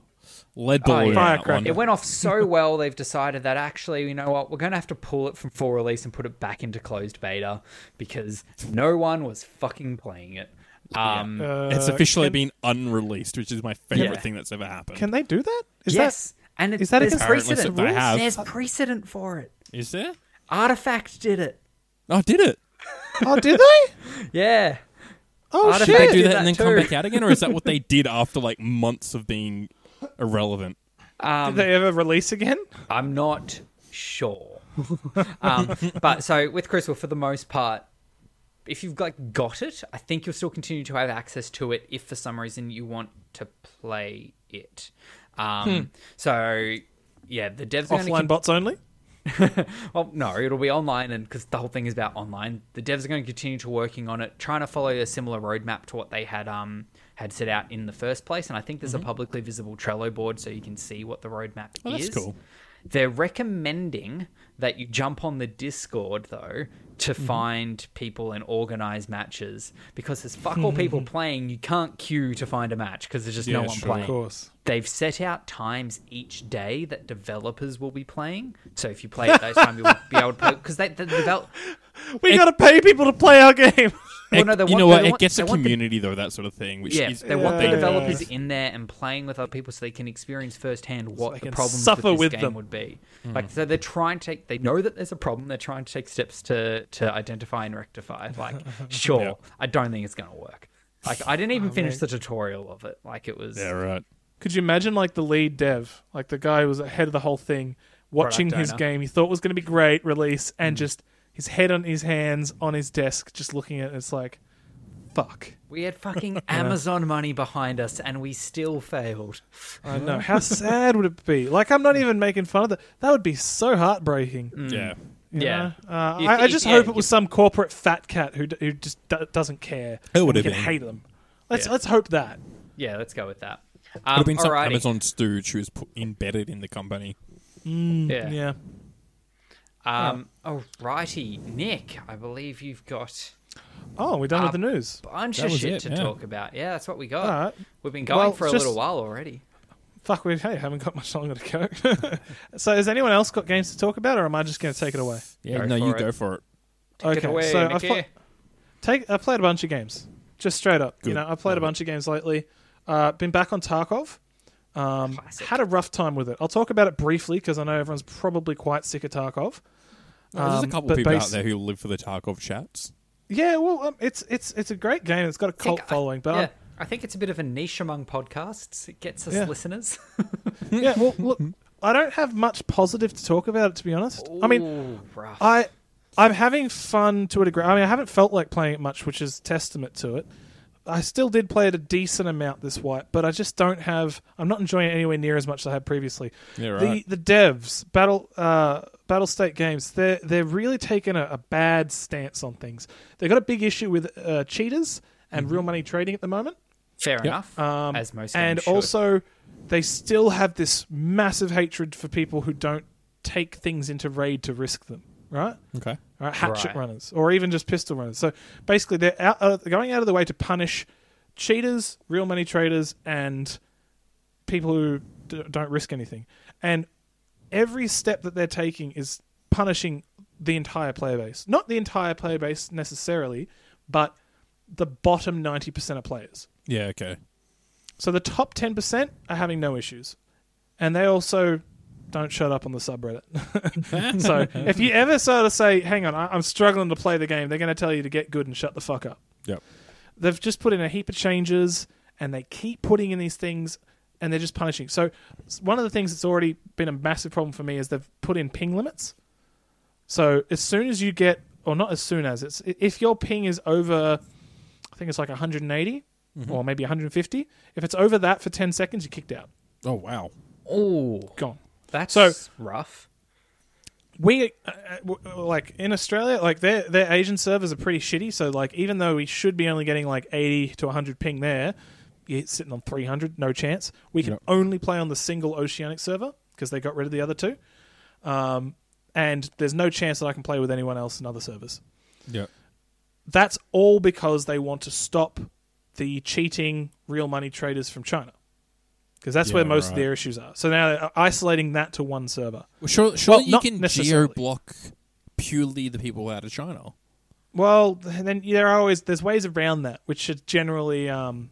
S2: lead
S1: Oh,
S2: balloon.
S1: yeah.
S2: on that
S3: Firecracker.
S2: one.
S1: It went off so well, they've decided that actually, you know what, we're going to have to pull it from full release and put it back into closed beta because no one was fucking playing it. Um,
S3: Uh,
S2: It's officially
S3: can,
S2: been unreleased, which is my favorite
S1: Yeah.
S2: thing that's ever happened.
S3: Can they do that? Is
S1: yes, and it's,
S3: is that
S1: there's
S3: against
S2: Apparently
S1: precedent.
S2: so they have.
S1: There's precedent for it.
S2: is there?
S1: Artifact did it.
S2: Oh, did it?
S3: That, oh,
S2: *laughs*
S3: do they?
S1: Yeah.
S3: Oh
S1: Artifact-
S3: shit!
S2: They
S1: Yeah,
S2: do
S1: did
S2: that and
S1: that
S2: then come
S1: too.
S2: back out again, or is that what they did after like months of being irrelevant?
S3: Did they ever release again?
S1: I'm not sure. um, but so with Crucible, for the most part, if you've like got it, I think you'll still continue to have access to it if for some reason you want to play it. Um, So yeah, the devs are
S3: Offline
S1: going
S3: bots only.
S1: to. *laughs* well, no, it'll be online, and because the whole thing is about online, the devs are going to continue to working on it, trying to follow a similar roadmap to what they had um had set out in the first place. And I think
S2: Mm-hmm.
S1: there's a publicly visible Trello board so you can see what the roadmap
S2: Oh, that's
S1: is
S2: cool.
S1: they're recommending that you jump on the Discord though to
S2: Mm-hmm.
S1: find people and organize matches because there's fuck all
S2: *laughs*
S1: people playing. You can't queue to find a match because there's just no
S2: Yeah,
S1: one
S2: sure.
S1: playing.
S3: Of course.
S1: They've set out times each day that developers will be playing. So if you play at those times,
S2: *laughs*
S1: you'll be able to play because they the develop.
S3: We got to pay people to play our game.
S1: *laughs*
S3: *laughs*
S1: Well, no, they
S2: you
S1: want-
S2: know
S1: they
S2: what? It
S1: want-
S2: gets
S1: they
S2: a
S1: want the-
S2: community though, that sort of thing. Which
S1: Yeah,
S2: is,
S1: they want the
S3: Yeah.
S1: developers in there and playing with other people so they can experience firsthand what
S3: they
S1: the
S3: can
S1: problems
S3: suffer
S1: with this
S3: with
S1: game
S3: them.
S1: would be.
S2: Hmm.
S1: Like, so they're trying to take. They know that there's a problem. They're trying to take steps to to identify and rectify.
S2: *laughs*
S1: Like, sure,
S2: Yeah.
S1: I don't think it's going to work. Like, I didn't
S3: Oh,
S1: even finish the tutorial of it. Like, it was.
S2: Yeah, right.
S3: Could you imagine like the lead dev, like the guy who was ahead of the whole thing, watching
S1: Product
S3: his
S1: owner.
S3: game he thought was going to be great release, and just his head on his hands on his desk, just looking at it. It's like, fuck.
S1: We had
S2: *laughs*
S1: fucking Amazon money behind us, and we still failed.
S3: I know. How sad would it be? Like I'm not even making fun of that. That would be so heartbreaking.
S1: Hmm.
S2: Yeah.
S3: you
S1: Yeah.
S3: know? Uh,
S1: You
S3: I, I
S1: think-
S3: just
S1: yeah,
S3: hope it
S1: you-
S3: was some corporate fat cat who d- who just d- doesn't care.
S2: It would
S3: and we
S2: have
S3: can
S2: been.
S3: hate them. Let's
S1: Yeah.
S3: let's hope that.
S1: Yeah, let's go with that.
S2: Could
S1: Um,
S2: have been some
S1: alrighty.
S2: Amazon stooge who's put, embedded in the company.
S1: Yeah.
S3: yeah.
S1: Um, alrighty, Nick. I believe you've got.
S3: Oh, we're done
S1: Uh,
S3: with the news.
S1: bunch
S2: That
S1: of
S2: was
S1: shit
S2: it,
S1: to
S2: yeah.
S3: Ah.
S1: talk about. Yeah, that's what we got.
S3: All right.
S1: We've been going
S3: Well,
S1: for a
S3: it's just-
S1: little while already.
S3: Fuck, we hey, haven't got much longer to go. *laughs* so, has anyone else got games to talk about, or am I just going to take it away?
S2: Yeah,
S1: Go
S2: no,
S1: for
S2: you
S1: it.
S2: go for it.
S1: Take it
S3: Okay,
S1: away,
S3: so I
S1: Nicky.
S3: thought- Take I played a bunch of games, just straight up. You
S2: Good.
S3: know, I played a bunch of games lately. Uh, been back on Tarkov. Um,
S1: Classic.
S3: had a rough time with it. I'll talk about it briefly because I know everyone's probably quite sick of Tarkov.
S2: No, Oh, there's a
S3: Um,
S2: couple
S3: but
S2: people out
S3: basi-
S2: there who live for the Tarkov chats.
S3: Yeah, well, um, it's it's it's a great game. It's got a
S1: I think
S3: cult
S1: I-
S3: following, but
S1: yeah,
S3: I'm-
S1: I think it's a bit of a niche among podcasts. It gets us
S3: Yeah. *laughs*
S1: listeners.
S3: yeah, well, look, I don't have much positive to talk about it to be honest. I mean,
S1: Ooh, rough.
S3: I I'm having fun to a degree. I mean, I haven't felt like playing it much, which is testament to it. I still did play it a decent amount this wipe, but I just don't have. I'm not enjoying it anywhere near as much as I had previously.
S2: Yeah, right.
S3: The the devs battle uh, battle state games. They're they're really taking a, a bad stance on things. They've got a big issue with uh, cheaters and real money trading at the moment
S1: Fair enough.
S3: um,
S1: as most
S3: and
S1: games should.
S3: also they still have this massive hatred for people who don't take things into raid to risk them right
S2: Okay.
S3: right? hatchet
S1: Right.
S3: runners or even just pistol runners so basically they're out, uh, they're going out of the way to punish cheaters real money traders and people who d- don't risk anything and every step that they're taking is punishing the entire player base not the entire player base necessarily but the bottom 90% of players
S2: Yeah, okay.
S3: so the top 10% are having no issues. And they also don't shut up on the subreddit. *laughs* so if you ever sort of say, hang on, I- I'm struggling to play the game, they're going to tell you to get good and shut the fuck up.
S2: Yep.
S3: They've just put in a heap of changes and they keep putting in these things and they're just punishing. So s- one of the things that's already been a massive problem for me is they've put in ping limits. So as soon as you get, or not as soon as, it's i- if your ping is over, I think it's like 180 or maybe 150, if it's over that for 10 seconds, you're kicked out.
S2: Oh wow.
S1: Ooh,
S3: Gone.
S1: that's
S3: So-
S1: rough.
S3: we uh, uh, w- like in Australia, like their their Asian servers are pretty shitty. So like even though we should be only getting like eighty to hundred ping there, you're sitting on three hundred, no chance. We can
S2: Yep.
S3: only play on the single Oceanic server because they got rid of the other two, um, and there's no chance that I can play with anyone else in other servers.
S2: Yeah.
S3: That's all because they want to stop the cheating real money traders from China, because that's
S2: Yeah,
S3: where most of
S2: right.
S3: their issues are. So now they're isolating that to one server.
S2: Well, sure, sure
S3: Well,
S2: you
S3: not
S2: can geo
S3: necessarily.
S2: block purely the people out of China.
S3: Well, th- then there are always there's ways around that, which are generally, um,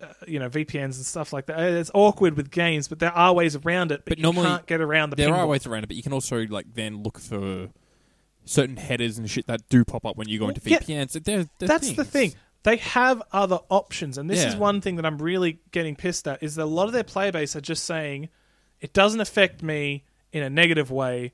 S3: uh, you know, VPNs and stuff like that. Uh, It's awkward with games, but there are ways around it. But,
S2: But
S3: you
S2: normally
S3: can't get around the.
S2: there
S3: ping
S2: are
S3: block.
S2: ways around it, but you can also like then look for certain headers and shit that do pop up when you go into
S3: Yeah.
S2: VPNs. They're- they're
S3: That's the
S2: things.
S3: thing. They have other options, and this is
S2: Yeah.
S3: one thing that I'm really getting pissed at is that a lot of their player base are just saying, "It doesn't affect me in a negative way,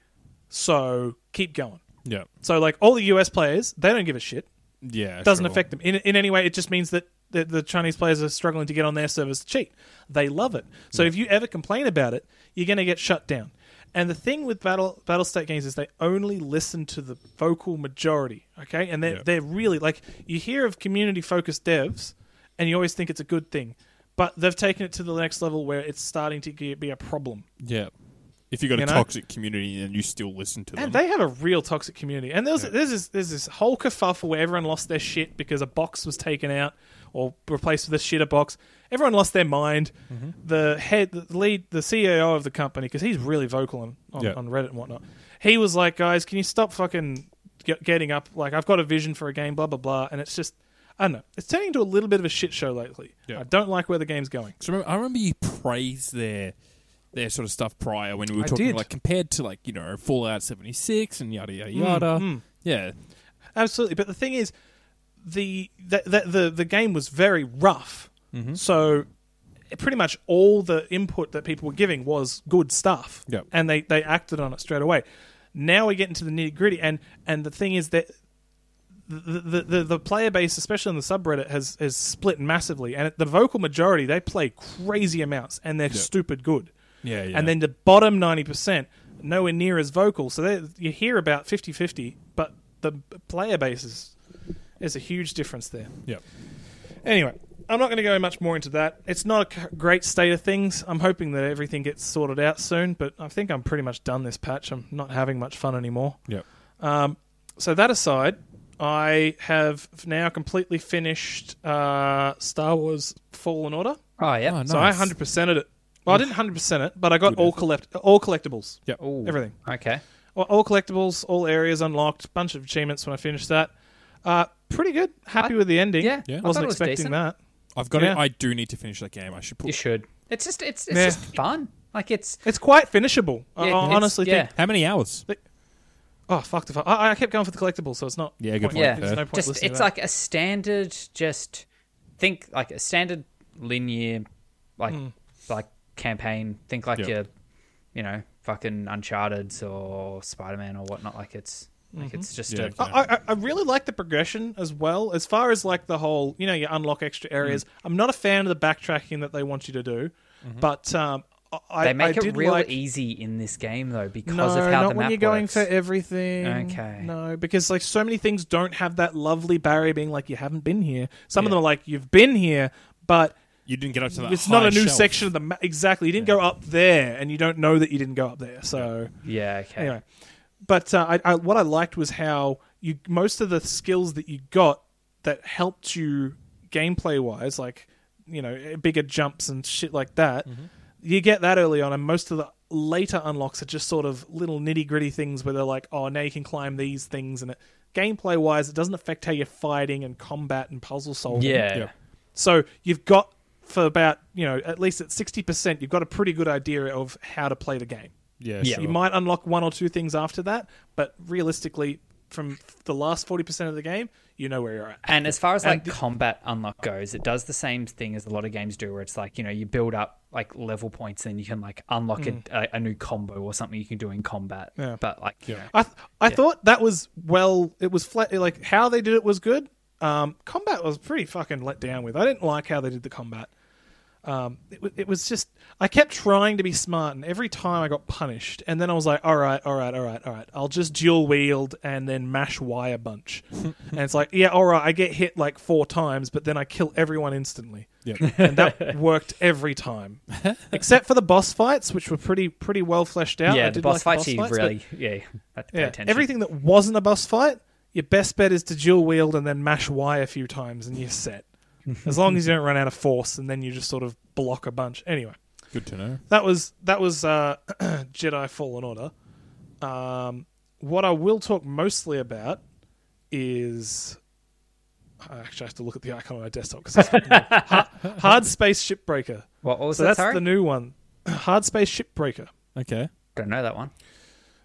S3: so keep going."
S2: Yeah.
S3: So, like all the US players, they don't give a shit.
S2: Yeah.
S3: doesn't
S2: sure.
S3: affect them in, in any way. It just means that the, the Chinese players are struggling to get on their servers to cheat. They love it. So if you ever complain about it, you're going to get shut down. And the thing with battle battle state games is they only listen to the vocal majority. Okay, and they're
S2: Yeah.
S3: they're really like you hear of community focused devs, and you always think it's a good thing, but they've taken it to the next level where it's starting to ge- be a problem.
S2: Yeah. If you got
S3: You
S2: a
S3: know?
S2: toxic community and you still listen to them.
S3: And they have a real toxic community. And there's there's this there's this whole kerfuffle where everyone lost their shit because a box was taken out or replaced with a shitter box. Everyone lost their mind.
S2: Mm-hmm.
S3: The head, the lead, the CEO of the company, because he's really vocal on on,
S2: Yeah.
S3: on Reddit and whatnot. He was like, "Guys, can you stop fucking get, getting up? Like, I've got a vision for a game, blah blah blah." And it's just, I don't know. It's turning into a little bit of a shit show lately.
S2: Yeah.
S3: I don't like where the game's going.
S2: So remember, I remember you praised their their sort of stuff prior when we were
S3: I
S2: talking
S3: did.
S2: like compared to like you know Fallout seventy six and yada
S3: Hmm,
S2: yada yada. Yeah.
S3: Absolutely, but the thing is, the the the, the, the game was very rough. So pretty much all the input that people were giving was good stuff,
S2: Yep.
S3: and they they acted on it straight away. Now we get into the nitty gritty, and and the thing is that. The, the, the, the player base, especially on the subreddit, has, has split massively, and the vocal majority they play crazy amounts, and they're stupid good.
S2: Yeah, yeah.
S3: And then the bottom 90%, nowhere near as vocal. So they- you hear about 50 50, but the b- player base is, there's a huge difference there.
S2: Yeah.
S3: Anyway, I'm not going to go much more into that. It's not a c- great state of things. I'm hoping that everything gets sorted out soon, but I think I'm pretty much done this patch. I'm not having much fun anymore.
S2: Yeah.
S3: Um, so that aside, I have now completely finished uh, Star Wars Fallen Order.
S1: Oh yeah,
S2: Oh,
S3: So I
S2: nice.
S3: 100%ed it. Well, I didn't hundred percent it, but I got all collect all collectibles,
S1: Ooh,
S3: everything,
S1: Okay.
S3: all, all collectibles, all areas unlocked, bunch of achievements when I finished that. Uh, pretty good. Happy
S1: I-
S3: with the ending.
S1: Yeah.
S2: Yeah.
S1: I
S3: I wasn't
S1: thought it was
S3: expecting
S1: decent.
S3: that.
S2: I've got it.
S3: Yeah.
S2: I do need to finish that game. I should
S1: You
S2: put.
S1: should. It's just it's it's
S3: Yeah.
S1: just fun. Like it's
S3: It's quite finishable. I,
S1: yeah,
S3: I
S1: it's-
S3: honestly
S1: yeah.
S3: think.
S2: How many hours?
S3: Oh fuck the fuck! I, I kept going for the collectibles, so it's not.
S2: Yeah, good
S3: point-
S2: point,
S1: Yeah.
S3: There's no point
S1: just
S3: listening to
S1: it's
S3: that.
S1: like a standard just think like a standard linear like
S3: Hmm.
S1: like campaign think like
S2: Yeah.
S1: your you know fucking uncharted or spider-man or whatnot like it's like
S3: Mm-hmm.
S1: it's just
S2: Yeah,
S1: a
S2: okay.
S3: I, I, I really like the progression as well. As far as like the whole, you know, you unlock
S1: Mm.
S3: extra areas. I'm not a fan of the backtracking that they want you to do, but um, I,
S1: Mm-hmm. they make
S3: I
S1: it
S3: did
S1: real
S3: like,
S1: easy in this game though because
S3: No,
S1: of how the
S3: not
S1: map
S3: when you're going
S1: works.
S3: for everything.
S1: Okay.
S3: No, because like so many things don't have that lovely barrier being like you haven't been here. Some of
S1: Yeah.
S3: them are like you've been here, but
S2: You didn't get up to that.
S3: it's not
S2: high
S3: a new
S2: shelf.
S3: section of the map. Exactly, you didn't go up there, and you don't know that you didn't go up there. So
S1: yeah okay
S3: anyway but uh, I, I, what i liked was how you most of the skills that you got that helped you gameplay wise like you know eh, bigger jumps and shit like that
S1: Mm-hmm.
S3: you get that early on and most of the later unlocks are just sort of little nitty gritty things where they're like oh now you can climb these things and it gameplay wise it doesn't affect how you're fighting and combat and puzzle solving
S1: yeah
S2: Yeah.
S3: so you've got for about you know at least at 60% you've got a pretty good idea of how to play the game
S2: Yeah,
S1: Yeah.
S2: sure.
S3: you might unlock one or two things after that, but realistically, from the last forty percent of the game, you know where you're at.
S1: And as far as
S3: And
S1: like combat unlock goes, it does the same thing as a lot of games do, where it's like you know you build up like level points, and you can like unlock a, a, a new combo or something you can do in combat.
S3: Mm. Yeah.
S1: But like, you
S2: Yeah.
S1: know,
S3: I th- I thought that was well. It was flat. Like how they did it was good. Um, combat was pretty fucking let down with. I didn't like how they did the combat. Um, it, wa- it was just I kept trying to be smart, and every time I got punished. And then I was like, all right, all right, all right, all right. I'll just dual wield and then mash Y a bunch. and it's like, yeah, all right. I get hit like four times, but then I kill everyone instantly.
S2: Yeah.
S3: and
S1: *laughs*
S3: that worked every time, except for the boss fights, which were pretty pretty well fleshed out. I
S1: yeah,
S3: did
S1: the
S3: like
S1: boss
S3: the
S1: fights,
S3: boss
S1: you
S3: fights, but-
S1: really, yeah, have to pay
S3: yeah,
S1: attention.
S3: everything that wasn't a boss fight, your best bet is to dual wield and then mash Y a few times, and you're set. as long as you don't run out of force, and then you just sort of block a bunch. Anyway,
S2: *laughs* Good to know.
S3: that was that was uh, *clears throat* Jedi Fallen Order. Um, what I will talk mostly about is. I actually have to look at the icon on my desktop
S1: *laughs*
S3: because hard, hard space shipbreaker.
S1: What, what was
S3: So
S1: that?
S3: that's
S1: Sorry,
S3: the new one, *clears throat* Hard Space Shipbreaker.
S2: Okay.
S1: don't know that one.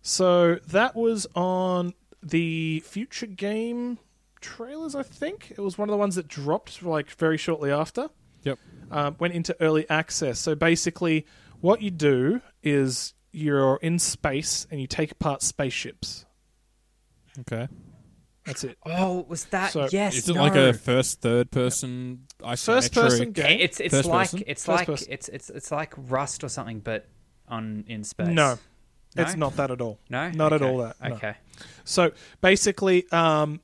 S3: So that was on the future game trailers, I think. It was one of the ones that dropped like very shortly after.
S2: Yep.
S3: Um, went into early access. So basically, what you do is you're in space and you take apart spaceships.
S2: Okay.
S3: That's it.
S1: Oh, was that?
S3: So,
S1: yes,
S2: Is it
S1: no.
S2: like a first, third person isometric?
S3: First person game.
S1: It's it's
S2: First
S1: like
S2: person?
S1: it's
S3: First
S1: like
S3: person.
S1: it's it's it's like Rust or something, but on in space.
S3: No,
S1: No?
S3: it's not that at all.
S1: No,
S3: not at
S1: Okay.
S3: all that. no.
S1: Okay,
S3: So basically, um,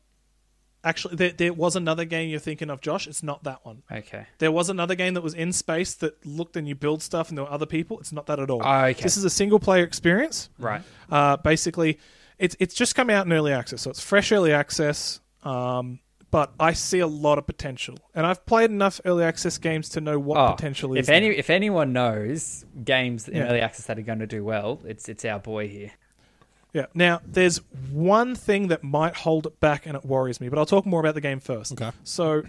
S3: actually, there, there was another game you're thinking of, Josh. It's not that one.
S1: okay.
S3: There was another game that was in space that looked and you build stuff and there were other people. It's not that at all.
S1: Oh, okay.
S3: This is a single player experience.
S1: Right.
S3: Uh, basically, it's it's just come out in early access, so it's fresh early access. Um, but I see a lot of potential, and I've played enough early access games to know what
S1: Oh,
S3: potential
S1: if
S3: is.
S1: any if anyone knows games in
S3: Yeah.
S1: early access that are going to do well, it's it's our boy here.
S3: there. yeah. Now, there's one thing that might hold it back, and it worries me. But I'll talk more about the game first.
S2: Okay.
S3: So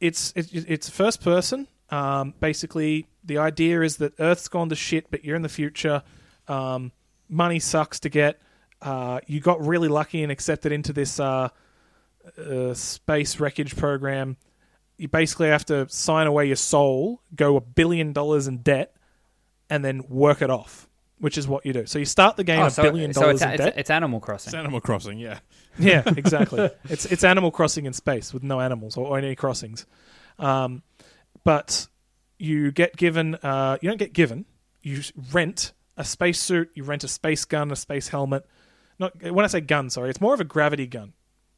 S3: it's it, it's first person. Um, basically, the idea is that Earth's gone to shit, but you're in the future. Um, money sucks to get. Uh, you got really lucky and accepted into this uh, uh, space wreckage program. You basically have to sign away your soul, go a billion dollars in debt, and then work it off, which is what you do. So you start the game
S1: Oh,
S3: a
S1: so,
S3: billion
S1: so
S3: dollars
S1: it's,
S3: in
S1: it's,
S3: debt.
S1: it's Animal
S2: It's
S1: Crossing.
S2: Animal Crossing, yeah.
S3: Yeah, exactly. *laughs* it's it's Animal Crossing in space with no animals or, or any crossings. Um, but you get given uh, you don't get given you s- rent a space suit, you rent a space gun, a space helmet. Not when I say gun, sorry, it's more of a gravity gun.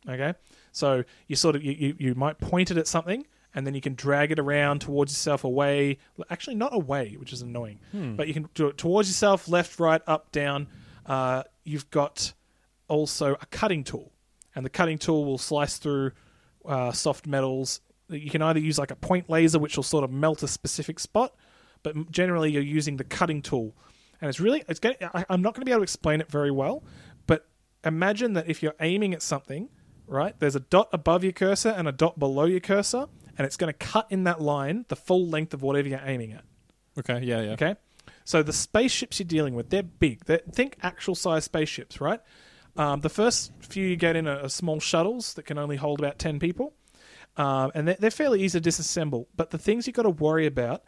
S3: Okay, so you sort of you, you, you might point it at something. And then you can drag it around towards yourself, away. well, Actually, not away, which is annoying. But you can do it towards yourself, left, right, up, down. Uh, you've got also a cutting tool, and the cutting tool will slice through uh, soft metals. You can either use like a point laser, which will sort of melt a specific spot, but m- generally you're using the cutting tool, and it's really it's going. I, I'm not going to be able to explain it very well, but imagine that if you're aiming at something, right? There's a dot above your cursor and a dot below your cursor, and it's going to cut in that line the full length of whatever you're aiming at.
S2: Okay, yeah, yeah.
S3: Okay. So the spaceships you're dealing with, they're big. They're, think actual size spaceships, right? Um, the first few you get in are, are small shuttles that can only hold about 10 people. Um, and they're, they're fairly easy to disassemble. But the things you've got to worry about,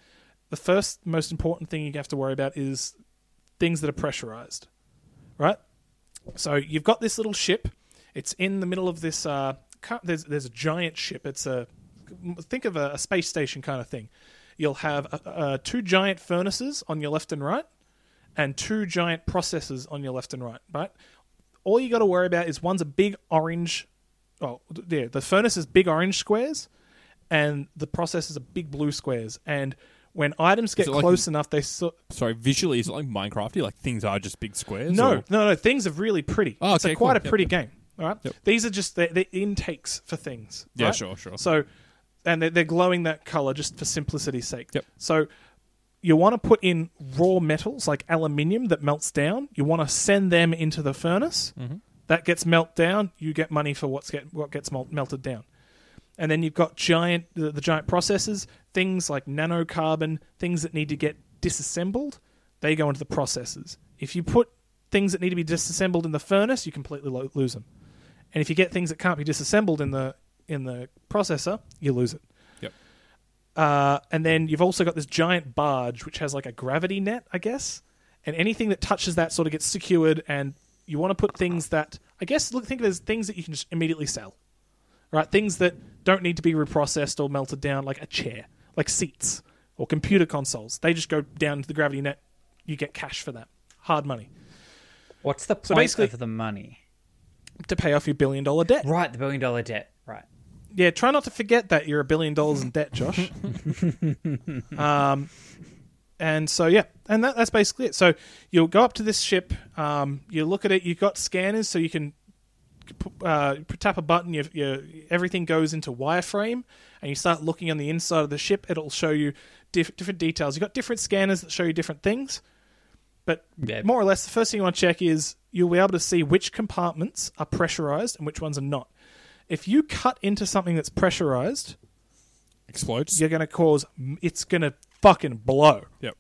S3: the first most important thing you have to worry about is things that are pressurized, right? So you've got this little ship. It's in the middle of this. Uh, ca- there's there's a giant ship. It's a think of a, a space station kind of thing. You'll have uh, uh, two giant furnaces on your left and right, and two giant processors on your left and right. Right. All you got to worry about is one's a big orange. Oh, th- yeah. The furnace is big orange squares, and the processors are big blue squares. And when items get
S2: it like-
S3: close enough, they sort
S2: Sorry, visually, is it like Minecrafty? Like things are just big squares?
S3: no,
S2: or-
S3: no, no. Things are really pretty.
S2: Oh,
S3: it's a
S2: okay,
S3: quite
S2: cool. Yep,
S3: a pretty game. All right.
S2: Yep.
S3: These are just the, the intakes for things.
S2: Yeah,
S3: right?
S2: sure, sure.
S3: So, and they're, they're glowing that color just for simplicity's sake.
S2: Yep.
S3: So, you want to put in raw metals like aluminium that melts down. You want to send them into the furnace.
S2: Mm-hmm.
S3: That gets melt down. You get money for what's get, what gets melt, melted down. And then you've got giant the, the giant processors, things like nanocarbon, things that need to get disassembled. They go into the processors. If you put things that need to be disassembled in the furnace, you completely lo- lose them. And if you get things that can't be disassembled in the in the processor, you lose it.
S2: Yep.
S3: Uh, and then you've also got this giant barge which has like a gravity net, I guess. And anything that touches that sort of gets secured. And you want to put things that I guess look think there's things that you can just immediately sell, right? Things that don't need to be reprocessed or melted down, like a chair, like seats or computer consoles. They just go down to the gravity net. You get cash for that, hard money
S1: What's the point
S3: So basically-
S1: of the money?
S3: to pay off your billion dollar debt.
S1: Right, the billion dollar debt. Right.
S3: yeah, try not to forget that you're a billion dollars in debt, Josh. *laughs* um, and so yeah, and that, that's basically it. So you'll go up to this ship, um, you look at it. You've got scanners, so you can uh, tap a button. You, you, everything goes into wireframe, and you start looking on the inside of the ship. It'll show you diff- different details. You've got different scanners that show you different things. But
S1: Yeah.
S3: more or less, the first thing you want to check is you'll be able to see which compartments are pressurized and which ones are not. If you cut into something that's pressurized,
S2: Explodes?
S3: you're going to cause it's going to fucking blow.
S2: Yep.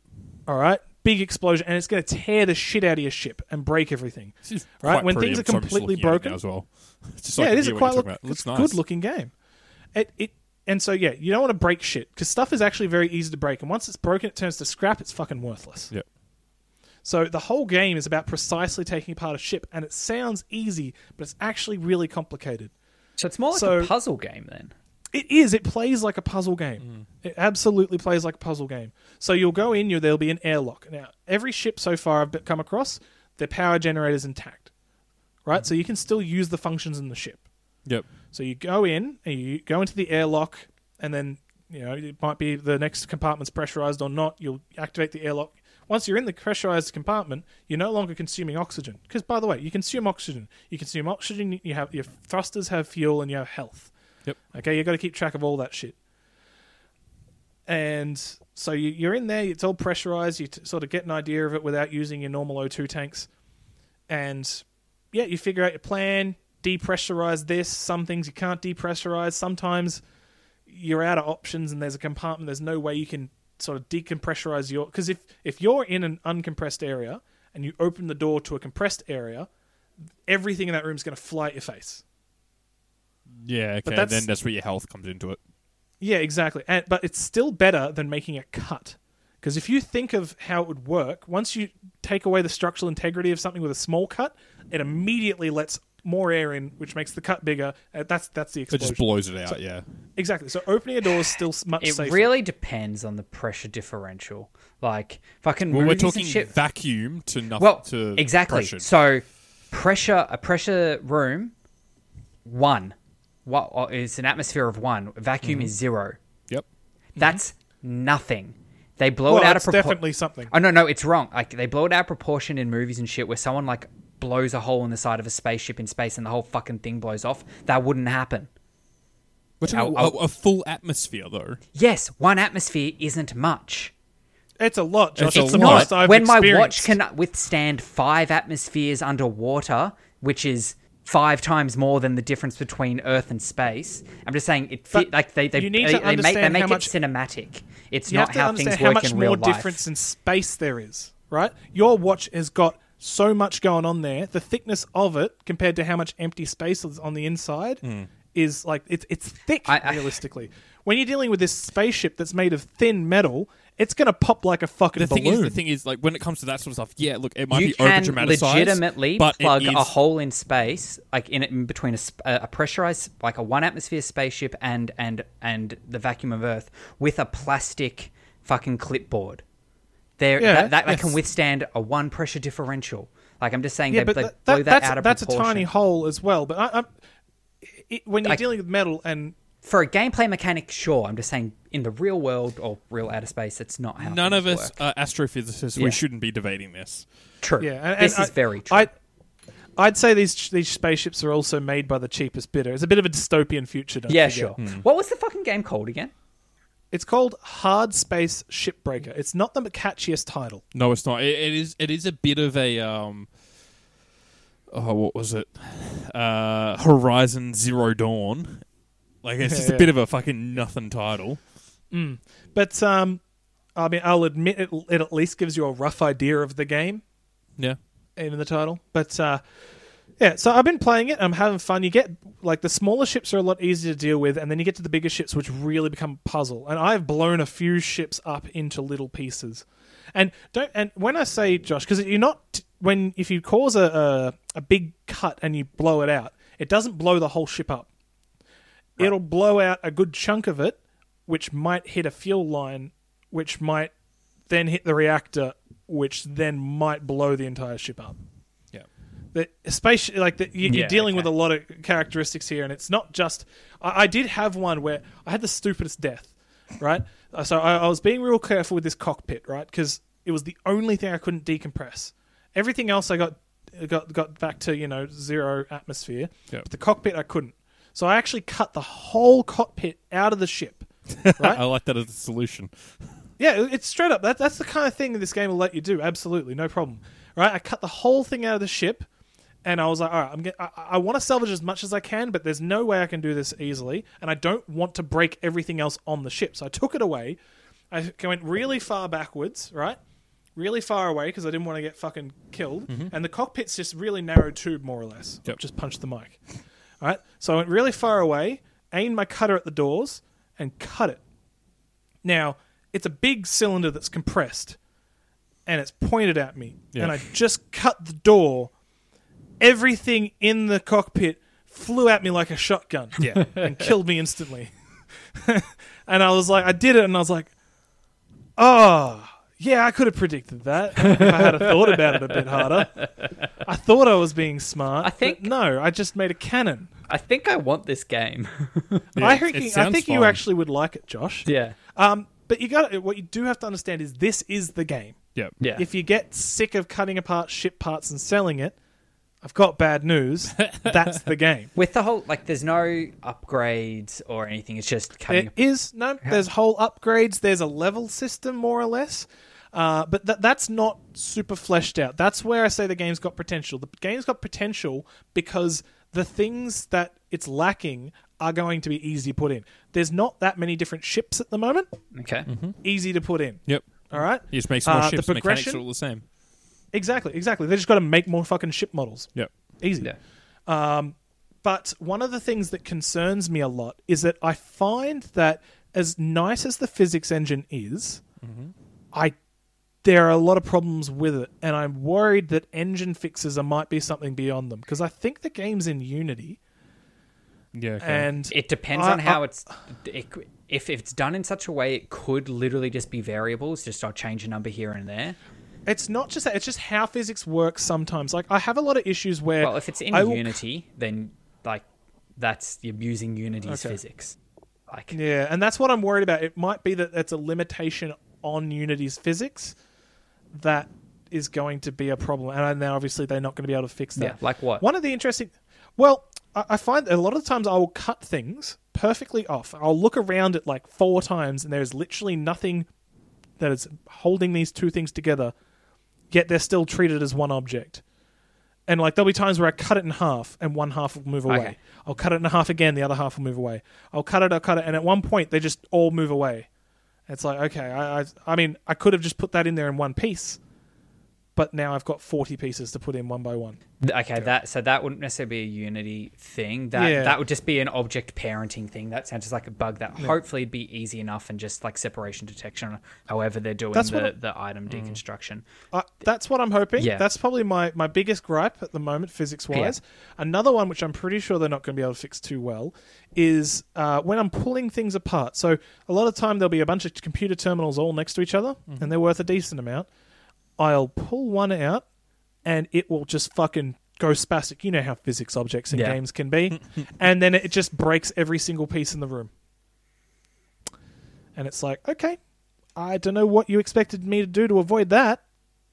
S3: All right, big explosion, and it's going to tear the shit out of your ship and break everything.
S2: This is
S3: Right,
S2: quite
S3: when
S2: pretty.
S3: things are
S2: I'm sorry, I'm just
S3: completely
S2: looking at it
S3: broken-
S2: now as well. *laughs* It's just
S3: yeah,
S2: like
S3: it is a
S2: what
S3: quite
S2: you're
S3: look,
S2: talking about. It looks
S3: it's a
S2: nice.
S3: good looking game. It it and so yeah, you don't want to break shit because stuff is actually very easy to break, and once it's broken, it turns to scrap. It's fucking worthless.
S2: Yep.
S3: So the whole game is about precisely taking apart a ship, and it sounds easy, but it's actually really complicated.
S1: So it's more like
S3: So-
S1: a puzzle game then.
S3: It is. It plays like a puzzle game. It absolutely plays like a puzzle game. So you'll go in. You there'll be an airlock. Now every ship so far I've be- come across, their power generator's intact, right? So you can still use the functions in the ship.
S2: Yep.
S3: So you go in and you go into the airlock, and then you know it might be the next compartment's pressurized or not. You'll activate the airlock. Once you're in the pressurized compartment, you're no longer consuming oxygen. Because by the way, you consume oxygen. You consume oxygen. You have your thrusters have fuel and you have health.
S2: Yep.
S3: Okay, you got to keep track of all that shit. And so you, you're in there. It's all pressurized. You t- sort of get an idea of it without using your normal O2 tanks. And yeah, you figure out your plan, depressurize this. Some things you can't depressurize. Sometimes you're out of options, and there's a compartment. There's no way you can sort of decompressurize your. Because if if you're in an uncompressed area and you open the door to a compressed area, everything in that room is going to fly at your face.
S2: Yeah, okay.
S3: that's-
S2: Then that's where your health comes into it.
S3: Yeah, exactly. And, but it's still better than making a cut. Because if you think of how it would work, once you take away the structural integrity of something with a small cut, it immediately lets more air in, which makes the cut bigger. Uh, that's that's
S2: It
S3: the explosion.
S2: just blows it out, yeah.
S3: exactly. So opening a door is still s- much
S1: It
S3: safer.
S1: really depends on the pressure differential. Like fucking
S2: Well, we're
S1: movies
S2: talking
S1: and shit.
S2: vacuum to nothing
S1: well,
S2: to
S1: exactly.
S2: pressure.
S1: So pressure, a pressure room, one. What well, it's an atmosphere of one. Vacuum
S3: Mm-hmm.
S1: is zero.
S2: Yep.
S1: That's nothing. They blow
S3: well,
S1: it out
S3: it's
S1: of proportion.
S3: definitely something.
S1: Oh no, no, it's wrong. Like they blow it out of proportion in movies and shit, where someone like blows a hole in the side of a spaceship in space and the whole fucking thing blows off. That wouldn't happen.
S2: Which
S1: I'll-
S2: a, a full atmosphere though.
S1: Yes, one atmosphere isn't much.
S3: It's a lot, Josh.
S2: It's
S3: It's,
S2: a
S3: the
S2: lot.
S3: most I've
S1: when my watch
S3: experienced.
S1: can withstand five atmospheres underwater, which is five times more than the difference between Earth and space. I'm just saying it fit,
S3: But
S1: like they they,
S3: you need
S1: they,
S3: to
S1: they make they
S3: understand
S1: make
S3: how
S1: it
S3: much-
S1: cinematic. It's
S3: you
S1: not
S3: have to
S1: how
S3: understand
S1: things
S3: how
S1: work
S3: much
S1: in
S3: more
S1: real life.
S3: difference in space there is, right? Your watch has got so much going on there. The thickness of it compared to how much empty space is on the inside is like it's it's thick
S1: Hmm. I- *laughs* I-
S3: realistically. when you're dealing with this spaceship that's made of thin metal, it's gonna pop like a fucking
S2: The
S3: balloon.
S2: thing is, the thing is, like when it comes to that sort of stuff, yeah, look, it might
S1: you
S2: be
S1: can
S2: over dramatized,
S1: legitimately
S2: but it
S1: plug
S2: is-
S1: a hole in space, like in, in between a, sp- a pressurized, like a one atmosphere spaceship and and and the vacuum of Earth with a plastic fucking clipboard. There,
S3: Yeah,
S1: that, that, that can
S3: yes.
S1: withstand a one pressure differential. Like I'm just saying,
S3: yeah,
S1: they,
S3: but
S1: they
S3: tha-
S1: blow
S3: that-
S1: that,
S3: that's
S1: out of
S3: that's a
S1: proportion.
S3: tiny hole as well. But I, I, it, when you're
S1: Like-
S3: dealing with metal and
S1: For a gameplay mechanic, sure. I'm just saying, in the real world or real outer space, that's not how
S2: None
S1: things
S2: of us
S1: work.
S2: are astrophysicists.
S1: Yeah.
S2: We shouldn't be debating this.
S1: True.
S3: Yeah, and,
S1: this
S3: and
S1: is
S3: I-
S1: very true.
S3: I, I'd say these these spaceships are also made by the cheapest bidder. It's a bit of a dystopian future. Don't
S1: yeah,
S3: forget. Hmm.
S1: sure. What was the fucking game called again?
S3: It's called Hard Space Shipbreaker. It's not the catchiest title.
S2: No, it's not. It, it is. It is a bit of a. Um, oh, what was it? Uh, Horizon Zero Dawn. Like it's
S3: Yeah,
S2: just a
S3: *laughs* yeah.
S2: bit of a fucking nothing title.
S3: But um, I mean, I'll admit it, it at least gives you a rough idea of the game,
S2: Yeah.
S3: even the title. But uh, yeah, so I've been playing it. I'm having fun. You get like the smaller ships are a lot easier to deal with, and then you get to the bigger ships, which really become a puzzle. And I've blown a few ships up into little pieces. And don't and when I say Josh, because you're not when if you cause a, a a big cut and you blow it out, it doesn't blow the whole ship up. It'll blow out a good chunk of it, which might hit a fuel line, which might then hit the reactor, which then might blow the entire ship up
S2: Yeah.
S3: that space like that you,
S1: Yeah,
S3: you're dealing with
S1: okay.
S3: a lot of characteristics here and it's not just I, I did have one where i had the stupidest death right Uh, so I, I was being real careful with this cockpit right because it was the only thing i couldn't decompress everything else i got got got back to you know zero atmosphere
S2: Yeah.
S3: but the cockpit i couldn't so i actually cut the whole cockpit out of the ship right
S2: I like that as a solution.
S3: yeah, it's straight up. That, that's the kind of thing that this game will let you do. Absolutely, no problem. Right? I cut the whole thing out of the ship, and I was like, all right, I'm get, I, I want to salvage as much as I can, but there's no way I can do this easily, and I don't want to break everything else on the ship. So I took it away. I went really far backwards, right? Really far away because I didn't want to get fucking killed. And the cockpit's just really narrow tube, more or less.
S2: Yep.
S3: Just punched the mic. All right. So I went really far away, aimed my cutter at the doors, and cut it. Now, it's a big cylinder that's compressed and it's pointed at me.
S2: Yeah.
S3: And I just cut the door. Everything in the cockpit flew at me like a shotgun
S2: *laughs* Yeah.
S3: *laughs* and killed me instantly. *laughs* and I was like, I did it, and I was like, oh, yeah, I could have predicted that if I had have thought about it a bit harder. I thought I was being smart.
S1: I think-
S3: but no, I just made a cannon.
S1: I think I want this game. *laughs*
S3: I
S2: it
S3: think, I
S2: sounds
S3: think
S2: fun.
S3: you actually would like it, Josh.
S1: yeah.
S3: Um, but you got what you do have to understand is this is the game.
S2: Yeah.
S1: Yeah.
S3: If you get sick of cutting apart ship parts and selling it, I've got
S2: *laughs*
S3: bad news. That's the game.
S1: With the whole like, there's no upgrades or anything. It's just cutting.
S3: There is no. There's whole upgrades. There's a level system, more or less. Uh, but th- that's not super fleshed out. That's where I say the game's got potential. The game's got potential because the things that it's lacking are going to be easy to put in. There's not that many different ships at the moment.
S1: okay.
S3: Easy to put in.
S2: Yep.
S3: All right.
S2: You just make some more
S3: Uh, the
S2: ships. Mechanics
S3: progression-
S2: are all the same.
S3: Exactly. Exactly. They just got to make more fucking ship models.
S2: Yep.
S3: Easy.
S1: Yeah.
S3: But one of the things that concerns me a lot is that I find that as nice as the physics engine is,
S1: Mm-hmm.
S3: I there are a lot of problems with it, and I'm worried that engine fixes there might be something beyond them because I think the game's in Unity,
S2: Yeah. Okay.
S3: and
S1: It depends
S3: I-
S1: on how
S3: I-
S1: it's. It, if if it's done in such a way, it could literally just be variables. Just I'll change a number here and there.
S3: it's not just that; it's just how physics works sometimes. Like I have a lot of issues where
S1: Well, if it's in
S3: I will-
S1: Unity, then like that's you're using Unity's
S3: Okay.
S1: physics. Like
S3: Yeah, and that's what I'm worried about. It might be that that's a limitation on Unity's physics that is going to be a problem. And now, obviously, they're not going to be able to fix that.
S1: Yeah, like what?
S3: One of the interesting. Well, I I find that a lot of times I will cut things perfectly off. I'll look around it like four times, and there is literally nothing that is holding these two things together, yet they're still treated as one object. And like there'll be times where I cut it in half and one half will move away.
S1: Okay.
S3: I'll cut it in half again, the other half will move away. I'll cut it, I'll cut it, and at one point they just all move away. It's like okay, I I, I mean I could have just put that in there in one piece, but now I've got forty pieces to put in one by one.
S1: Th- Okay, that so that wouldn't necessarily be a Unity thing. That
S3: Yeah.
S1: that would just be an object parenting thing. That sounds just like a bug that hopefully it'd be easy enough and just like separation detection. However, they're doing
S3: That's what
S1: the,
S3: I- Mm.
S1: the item deconstruction.
S3: I, that's what I'm hoping.
S1: Yeah.
S3: That's probably my, my biggest gripe at the moment, physics wise. Another one, which I'm pretty sure they're not going to be able to fix too well, is uh, when I'm pulling things apart. So, a lot of time there'll be a bunch of computer terminals all next to each other,
S1: Mm-hmm.
S3: and they're worth a decent amount. I'll pull one out, and it will just fucking go spastic. You know how physics objects in
S1: Yeah.
S3: games can be.
S1: *laughs*
S3: and then it just breaks every single piece in the room. And it's like, okay, I don't know what you expected me to do to avoid that.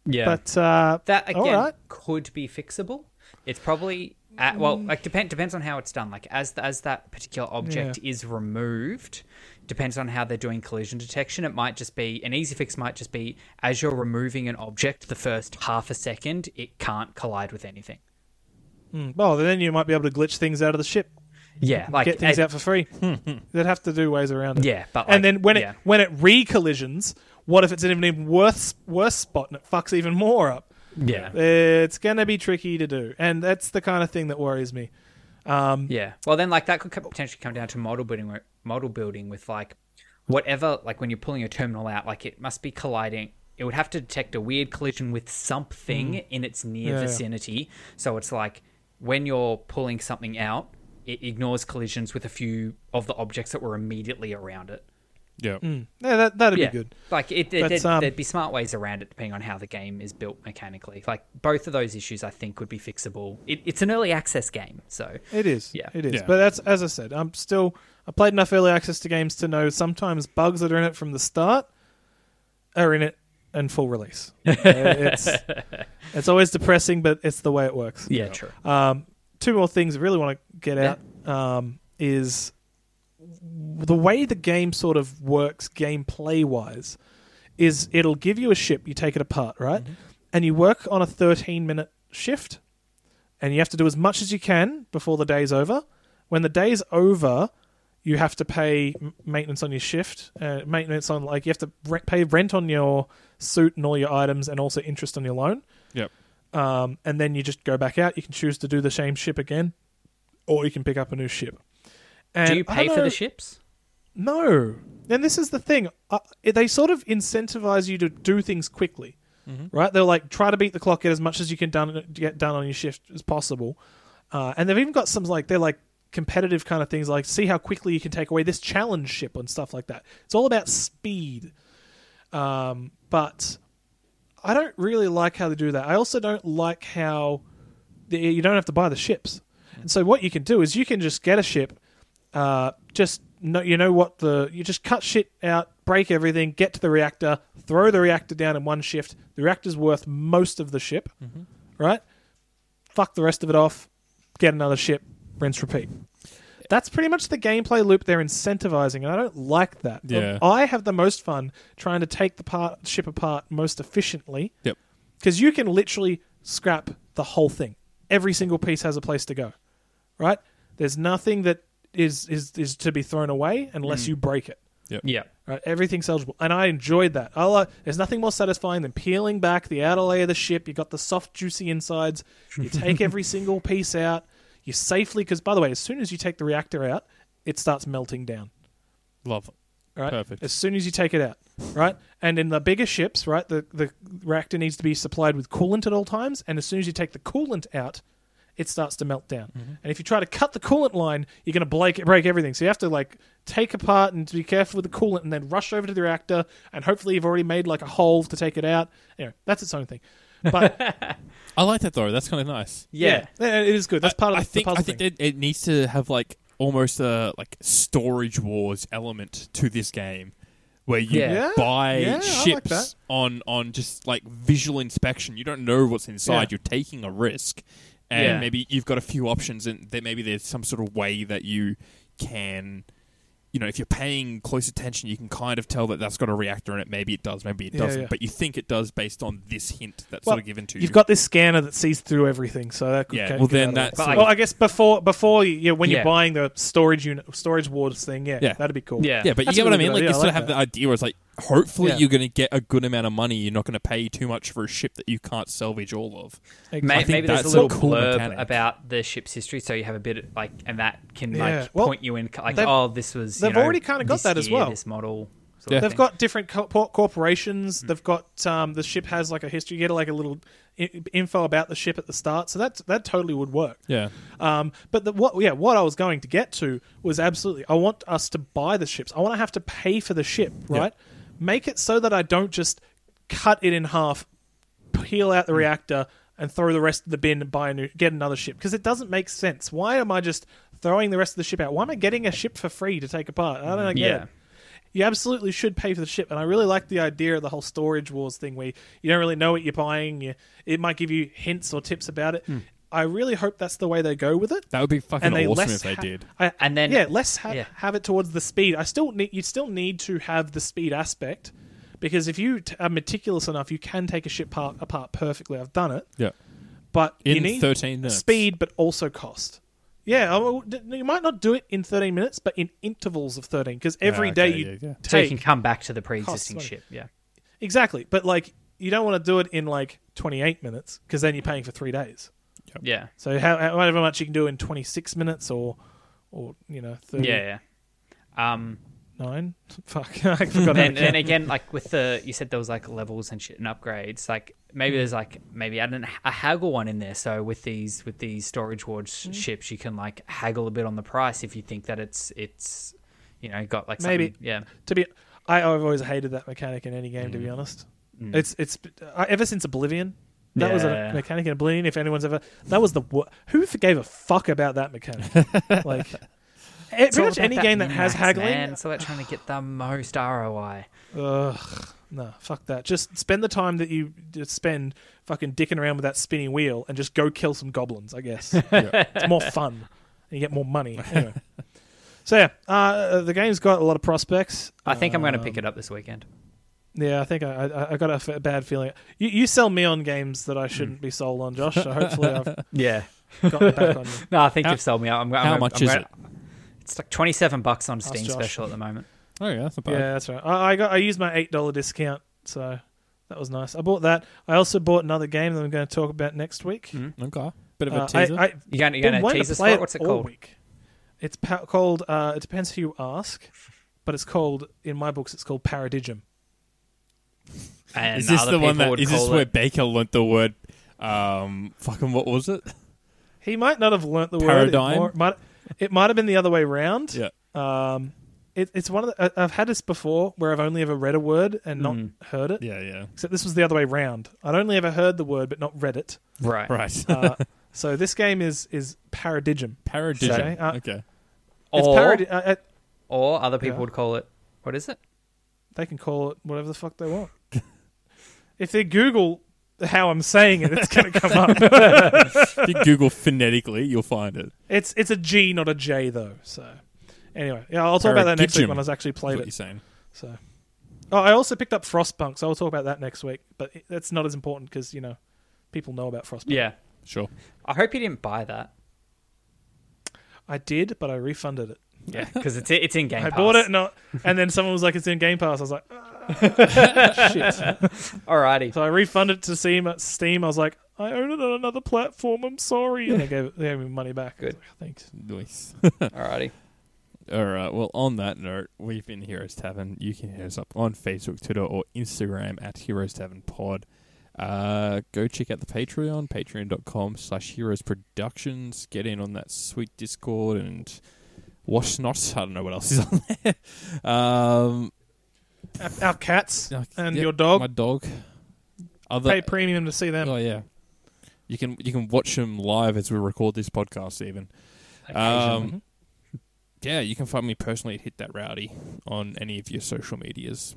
S1: Yeah,
S3: But uh,
S1: that
S3: all
S1: again
S3: right.
S1: could be fixable. It's probably at, well,
S3: Mm.
S1: like depend depends on how it's done. Like as the, as that particular object is removed, depends on how they're doing collision detection. It might just be an easy fix. Might just be as you're removing an object, the first half a second it can't collide with anything.
S3: Mm, well, then you might be able to glitch things out of the ship,
S1: Yeah, like
S3: get things
S1: it-
S3: out
S1: *laughs*
S3: for free. They'd have to do ways around it.
S1: Yeah, but like,
S3: and then when
S1: yeah.
S3: it when it re-collisions, what if it's in an even worse worse spot and it fucks even more up?
S1: yeah
S3: It's gonna be tricky to do, and that's the kind of thing that worries me. Um,
S1: yeah well then like that could co- potentially come down to model building where- model building with like whatever like when you're pulling your terminal out like it must be colliding it would have to detect a weird collision with something in its near
S3: Mm. Yeah, yeah.
S1: vicinity so it's like when you're pulling something out it ignores collisions with a few of the objects that were immediately around it
S2: Yeah.
S3: Yeah, that that'd
S1: yeah
S3: be good.
S1: like it, it
S3: But,
S1: there'd,
S3: um,
S1: there'd be smart ways around it depending on how the game is built mechanically like both of those issues i think would be fixable it, it's an early access game so
S3: It is.
S1: Yeah.
S3: It is.
S2: Yeah.
S3: But that's as I said, I'm still I played enough early access to games to know sometimes bugs that are in it from the start are in it in full release. Uh, it's it's always depressing, but it's the way it works.
S1: yeah true
S3: Um, two more things I really want to get
S1: Yeah.
S3: out um, is the way the game sort of works gameplay wise is it'll give you a ship, you take it apart, right? And you work on a 13 minute shift and you have to do as much as you can before the day's over. When the day's over, you have to pay m- maintenance on your shift, uh, maintenance on like you have to re- pay rent on your suit and all your items, and also interest on your loan
S2: Yep.
S3: um, and then you just go back out. You can choose to do the same ship again, or you can pick up a new ship. And
S1: Do you
S3: I
S1: pay
S3: don't
S1: for
S3: know-
S1: the ships?
S3: No. And this is the thing: uh, they sort of incentivize you to do things quickly, right? They're like try to beat the clock, get as much as you can done get done on your shift as possible. Uh, and they've even got some like they're like competitive kind of things, like see how quickly you can take away this challenge ship and stuff like that. It's all about speed. Um, but I don't really like how they do that. I also don't like how the, you don't have to buy the ships. And so what you can do is you can just get a ship, uh, just no, you know what the you just cut shit out, break everything, get to the reactor, throw the reactor down in one shift. The reactor's worth most of the ship, right? Fuck the rest of it off, get another ship, rinse, repeat. That's pretty much the gameplay loop they're incentivizing, and I don't like that.
S2: Yeah.
S3: I have the most fun trying to take the part, ship apart most efficiently
S2: Yep.
S3: because you can literally scrap the whole thing. Every single piece has a place to go, right? There's nothing that is is is to be thrown away unless you break it.
S1: Yeah.
S3: Right, everything's eligible, and I enjoyed that. I like, there's nothing more satisfying than peeling back the outer layer of the ship. You got the soft, juicy insides. You take every single piece out. You safely, because by the way, as soon as you take the reactor out, it starts melting down
S2: Love it.
S3: right?
S2: Perfect.
S3: As soon as you take it out, right? And in the bigger ships, right, the, the reactor needs to be supplied with coolant at all times. And as soon as you take the coolant out, it starts to melt down.
S2: Mm-hmm.
S3: And if you try to cut the coolant line, you're going to break, break everything. So you have to like take apart and to be careful with the coolant, and then rush over to the reactor. And hopefully, you've already made like a hole to take it out. Anyway, that's its own thing. But
S2: *laughs*
S3: yeah,
S2: I like that though. That's kind of nice.
S1: Yeah.
S3: yeah, it is good. That's part of
S2: I
S3: the,
S2: think
S3: the puzzle
S2: I think
S3: thing.
S2: that it needs to have like almost a like storage wars element to this game, where you
S1: Yeah.
S3: Yeah.
S2: buy
S3: Yeah, I like
S2: ships
S3: that.
S2: on on just like visual inspection. You don't know what's inside.
S3: Yeah.
S2: You're taking a risk, and
S1: Yeah.
S2: maybe you've got a few options, and that maybe there's some sort of way that you can you know, if you're paying close attention, you can kind of tell that that's got a reactor in it. Maybe it does, maybe it
S3: Yeah,
S2: doesn't.
S3: yeah.
S2: But you think it does based on this hint that's
S3: Well,
S2: sort of given to you.
S3: You've got this scanner that sees through everything, so that could
S2: Yeah,
S3: ca-
S2: well,
S3: get
S2: then
S3: out of
S2: that's
S3: it.
S1: sort
S3: well,
S1: of-
S3: I guess before before you, yeah, when
S1: Yeah.
S3: you're buying the storage unit, storage wards thing, yeah,
S2: Yeah.
S3: that'd be cool.
S1: Yeah.
S2: yeah, but you
S3: That's
S2: get
S3: a
S2: what I
S3: really
S2: mean.
S3: good
S2: Like you
S3: idea. I
S2: sort of
S3: like
S2: have
S3: that.
S2: the idea where it's like, hopefully
S3: Yeah.
S2: you're going to get a good amount of money. You're not going to pay too much for a ship that you can't salvage all of.
S1: May-
S2: I think
S1: maybe there's a
S2: that's
S1: little
S2: a cool
S1: blurb
S2: mechanic.
S1: about the ship's history, so you have a bit of, like, and that can
S3: Yeah,
S1: like
S3: well,
S1: point you in like,
S3: they've-
S1: oh, this was. you
S3: they've
S1: know,
S3: already kinda got
S1: this
S3: that as
S1: year,
S3: well.
S1: This model. sort
S2: Yeah.
S1: of
S3: They've
S1: thing.
S3: got different co- por- corporations. They've got um, the ship has like a history. You get like a little I- info about the ship at the start, so that that totally would work.
S2: Yeah,
S3: Um, but the, what yeah, what I was going to get to was absolutely. I want us to buy the ships. I want to have to pay for the ship,
S2: Yeah.
S3: right? Make it so that I don't just cut it in half, peel out the reactor, and throw the rest of the bin and buy a new, get another ship because it doesn't make sense. Why am I just throwing the rest of the ship out? Why am I getting a ship for free to take apart? I don't get
S1: Yeah.
S3: it you absolutely should pay for the ship. And I really like the idea of the whole storage wars thing where you don't really know what you're buying. You, it might give you hints or tips about it. I really hope that's the way they go with it.
S2: Hmm. that would be fucking
S3: And they
S2: awesome
S3: less
S2: if they
S3: ha-
S2: did.
S3: I-
S1: And then-
S3: yeah, less ha-
S1: yeah.
S3: have it towards the speed. I still need you still need to have the speed aspect because if you t- are meticulous enough, you can take a ship part, apart perfectly. I've done it,
S2: Yeah,
S3: but you
S2: in
S3: need
S2: 13 minutes.
S3: speed, but also cost. Yeah, I will- d- you might not do it in 13 minutes, but in intervals of 13 because every
S2: Ah, okay,
S3: day
S2: yeah,
S3: you
S2: yeah.
S3: take
S1: So you can come back to the pre-existing
S3: money.
S1: ship. Yeah.
S3: Exactly, but like you don't want to do it in like 28 minutes because then you're paying for three days.
S1: Yeah.
S3: So how, how- however much you can do in 26 minutes or, or you know, 39.
S1: Yeah. Yeah. Um,
S3: *laughs* Fuck, I forgot. how to
S1: then, then
S2: *laughs*
S3: count.
S1: again, like with the you said there was like levels and shit and upgrades. Like maybe there's like maybe I don't a haggle one in there. So with these with these storage ward sh-
S2: Mm.
S1: ships, you can like haggle a bit on the price if you think that it's it's you know got like
S3: Maybe.
S1: something- yeah
S3: to be, I, I've always hated that mechanic in any game. To be honest, it's it's I, ever since Oblivion. That was a
S1: Mm. Yeah.
S3: mechanic in Oblivion. If anyone's ever, that was the wo- who gave a fuck about that mechanic. like, eh,
S1: all
S3: pretty
S1: about
S3: much any game that
S1: min-max,
S3: has haggling,
S1: Man. It's all about trying to get the most ROI.
S3: Ugh. No, fuck that. Just spend the time that you just spend fucking dicking around with that spinning wheel and just go kill some goblins,
S1: *laughs*
S3: I guess. It's more fun and you get more money. Anyway. so, yeah, uh, the game's got a lot of prospects.
S1: I think I'm going to pick
S3: Um,
S1: it up this
S2: *laughs*
S1: weekend.
S3: Yeah, I think I, I, I got a f- bad feeling. You, you sell me on games that I shouldn't be sold on, Josh, so hopefully I've
S1: Yeah.
S3: gotten back on you.
S1: *laughs* No, I think
S2: How-
S1: you've sold me out. I'm, go- I'm,
S2: how
S1: gonna-
S2: much
S1: I'm
S2: is
S1: gonna- It's like 27 bucks on Steam
S3: Josh.
S1: special at the
S2: *laughs*
S1: moment.
S2: Oh yeah, that's not bad.
S3: Yeah, that's right. I, I got I used my eight dollar discount, so that was nice. I bought that. I also bought another game that I'm going to talk about next week.
S2: Okay, bit of a
S3: Uh, I-
S2: teaser.
S3: I,
S1: You're going you're
S3: Been
S1: to
S3: wanting
S1: tease us for
S3: play
S1: it? What's it
S3: all
S1: called?
S3: Week. It's pa- called. Uh, it depends who you ask, but it's called in my books. It's called Paradigm.
S1: And
S2: is this
S1: other
S2: the one
S1: people
S2: that
S1: would
S2: is this
S1: call
S2: where
S1: it-
S2: Baker learnt the word? Um, fucking what was
S1: *laughs*
S2: it?
S3: He might not have learnt the word.
S2: Paradigm?
S3: It more- might, it might have been the other way round.
S2: Yeah.
S3: Um, it, it's one of the, I, I've had this before where I've only ever read a word and not
S1: Mm.
S3: heard it.
S2: Yeah, yeah.
S3: Except this was the other way round. I'd only ever heard the word but not read it.
S1: Right.
S2: Right. *laughs*
S3: Uh, so this game is is Paradigm.
S2: Paradigm.
S3: sorry, uh,
S2: okay.
S3: It's
S1: Or,
S3: paradi- uh, uh,
S1: or other people
S3: Yeah.
S1: would call it, what is it?
S3: they can call it whatever the fuck they want. if they Google how I'm saying it, it's
S1: *laughs*
S3: going to come up.
S2: If you Google phonetically, you'll find it.
S3: It's it's a G, not a J, though. So anyway, yeah, I'll talk about that next week
S2: Paradigm.
S3: when I've actually
S2: That's
S3: played
S2: what you're
S3: it.
S2: saying.
S3: So, oh, I also picked up Frostpunk, so I'll talk about that next week. But it- that's not as important because you know people know about Frostpunk.
S1: Yeah.
S2: Sure.
S1: I hope you didn't buy that.
S3: I did, but I refunded it.
S1: *laughs* Yeah, because it's it's in Game
S3: I
S1: Pass.
S3: bought it, and, I, and then someone was like, "It's in Game Pass."
S1: *laughs*
S3: I was like, ah, "Shit." *laughs*
S1: Alrighty.
S3: So I refunded it to Steam. At Steam, I was like, I own it on another platform. I'm sorry, and they gave they gave me money back. I was
S1: Good.
S3: like, Thanks.
S2: Nice.
S1: Alrighty.
S2: All right. uh, Well, on that note, we've been Heroes Tavern. You can hit us up on Facebook, Twitter, or Instagram at Heroes Tavern Pod. Uh, go check out the Patreon, patreon.com slash Heroes Productions. Get in on that sweet Discord and wash not. I don't know what else is on *laughs* there. Um,
S3: Our, our cats
S2: uh,
S3: and
S2: yep,
S3: your dog
S2: My dog. Other,
S3: pay premium to see them.
S2: Oh yeah, you can you can watch them live as we record this podcast. Even
S1: Occasionally.
S3: Mhm.
S2: um, yeah, you can find me personally at Hit That Rowdy on any of your social medias.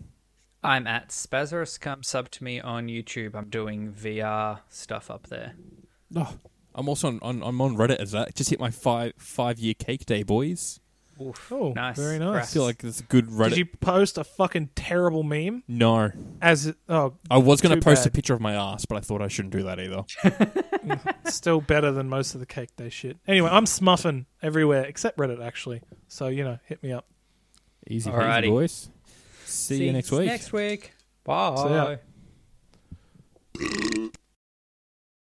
S1: I'm at Spazarus. Come sub to me on YouTube. I'm doing VR stuff up there.
S2: No, I'm also on, on I'm on Reddit as that. Just hit my five five year cake day, boys.
S1: Oof,
S3: Oh,
S1: nice.
S3: very nice.
S2: I feel like it's a good Reddit.
S3: Did you post a fucking terrible meme?
S2: No,
S3: As oh,
S2: I was going
S3: Too
S2: to post a
S3: bad.
S2: picture of my ass, but I thought I shouldn't do that either.
S3: still better than most of the cake they shit. Anyway, I'm smuffing everywhere except Reddit actually. So you know, hit me up.
S2: Easy,
S1: Alrighty.
S2: peasy, boys. See, you next week.
S1: Next week. Bye.
S3: See ya.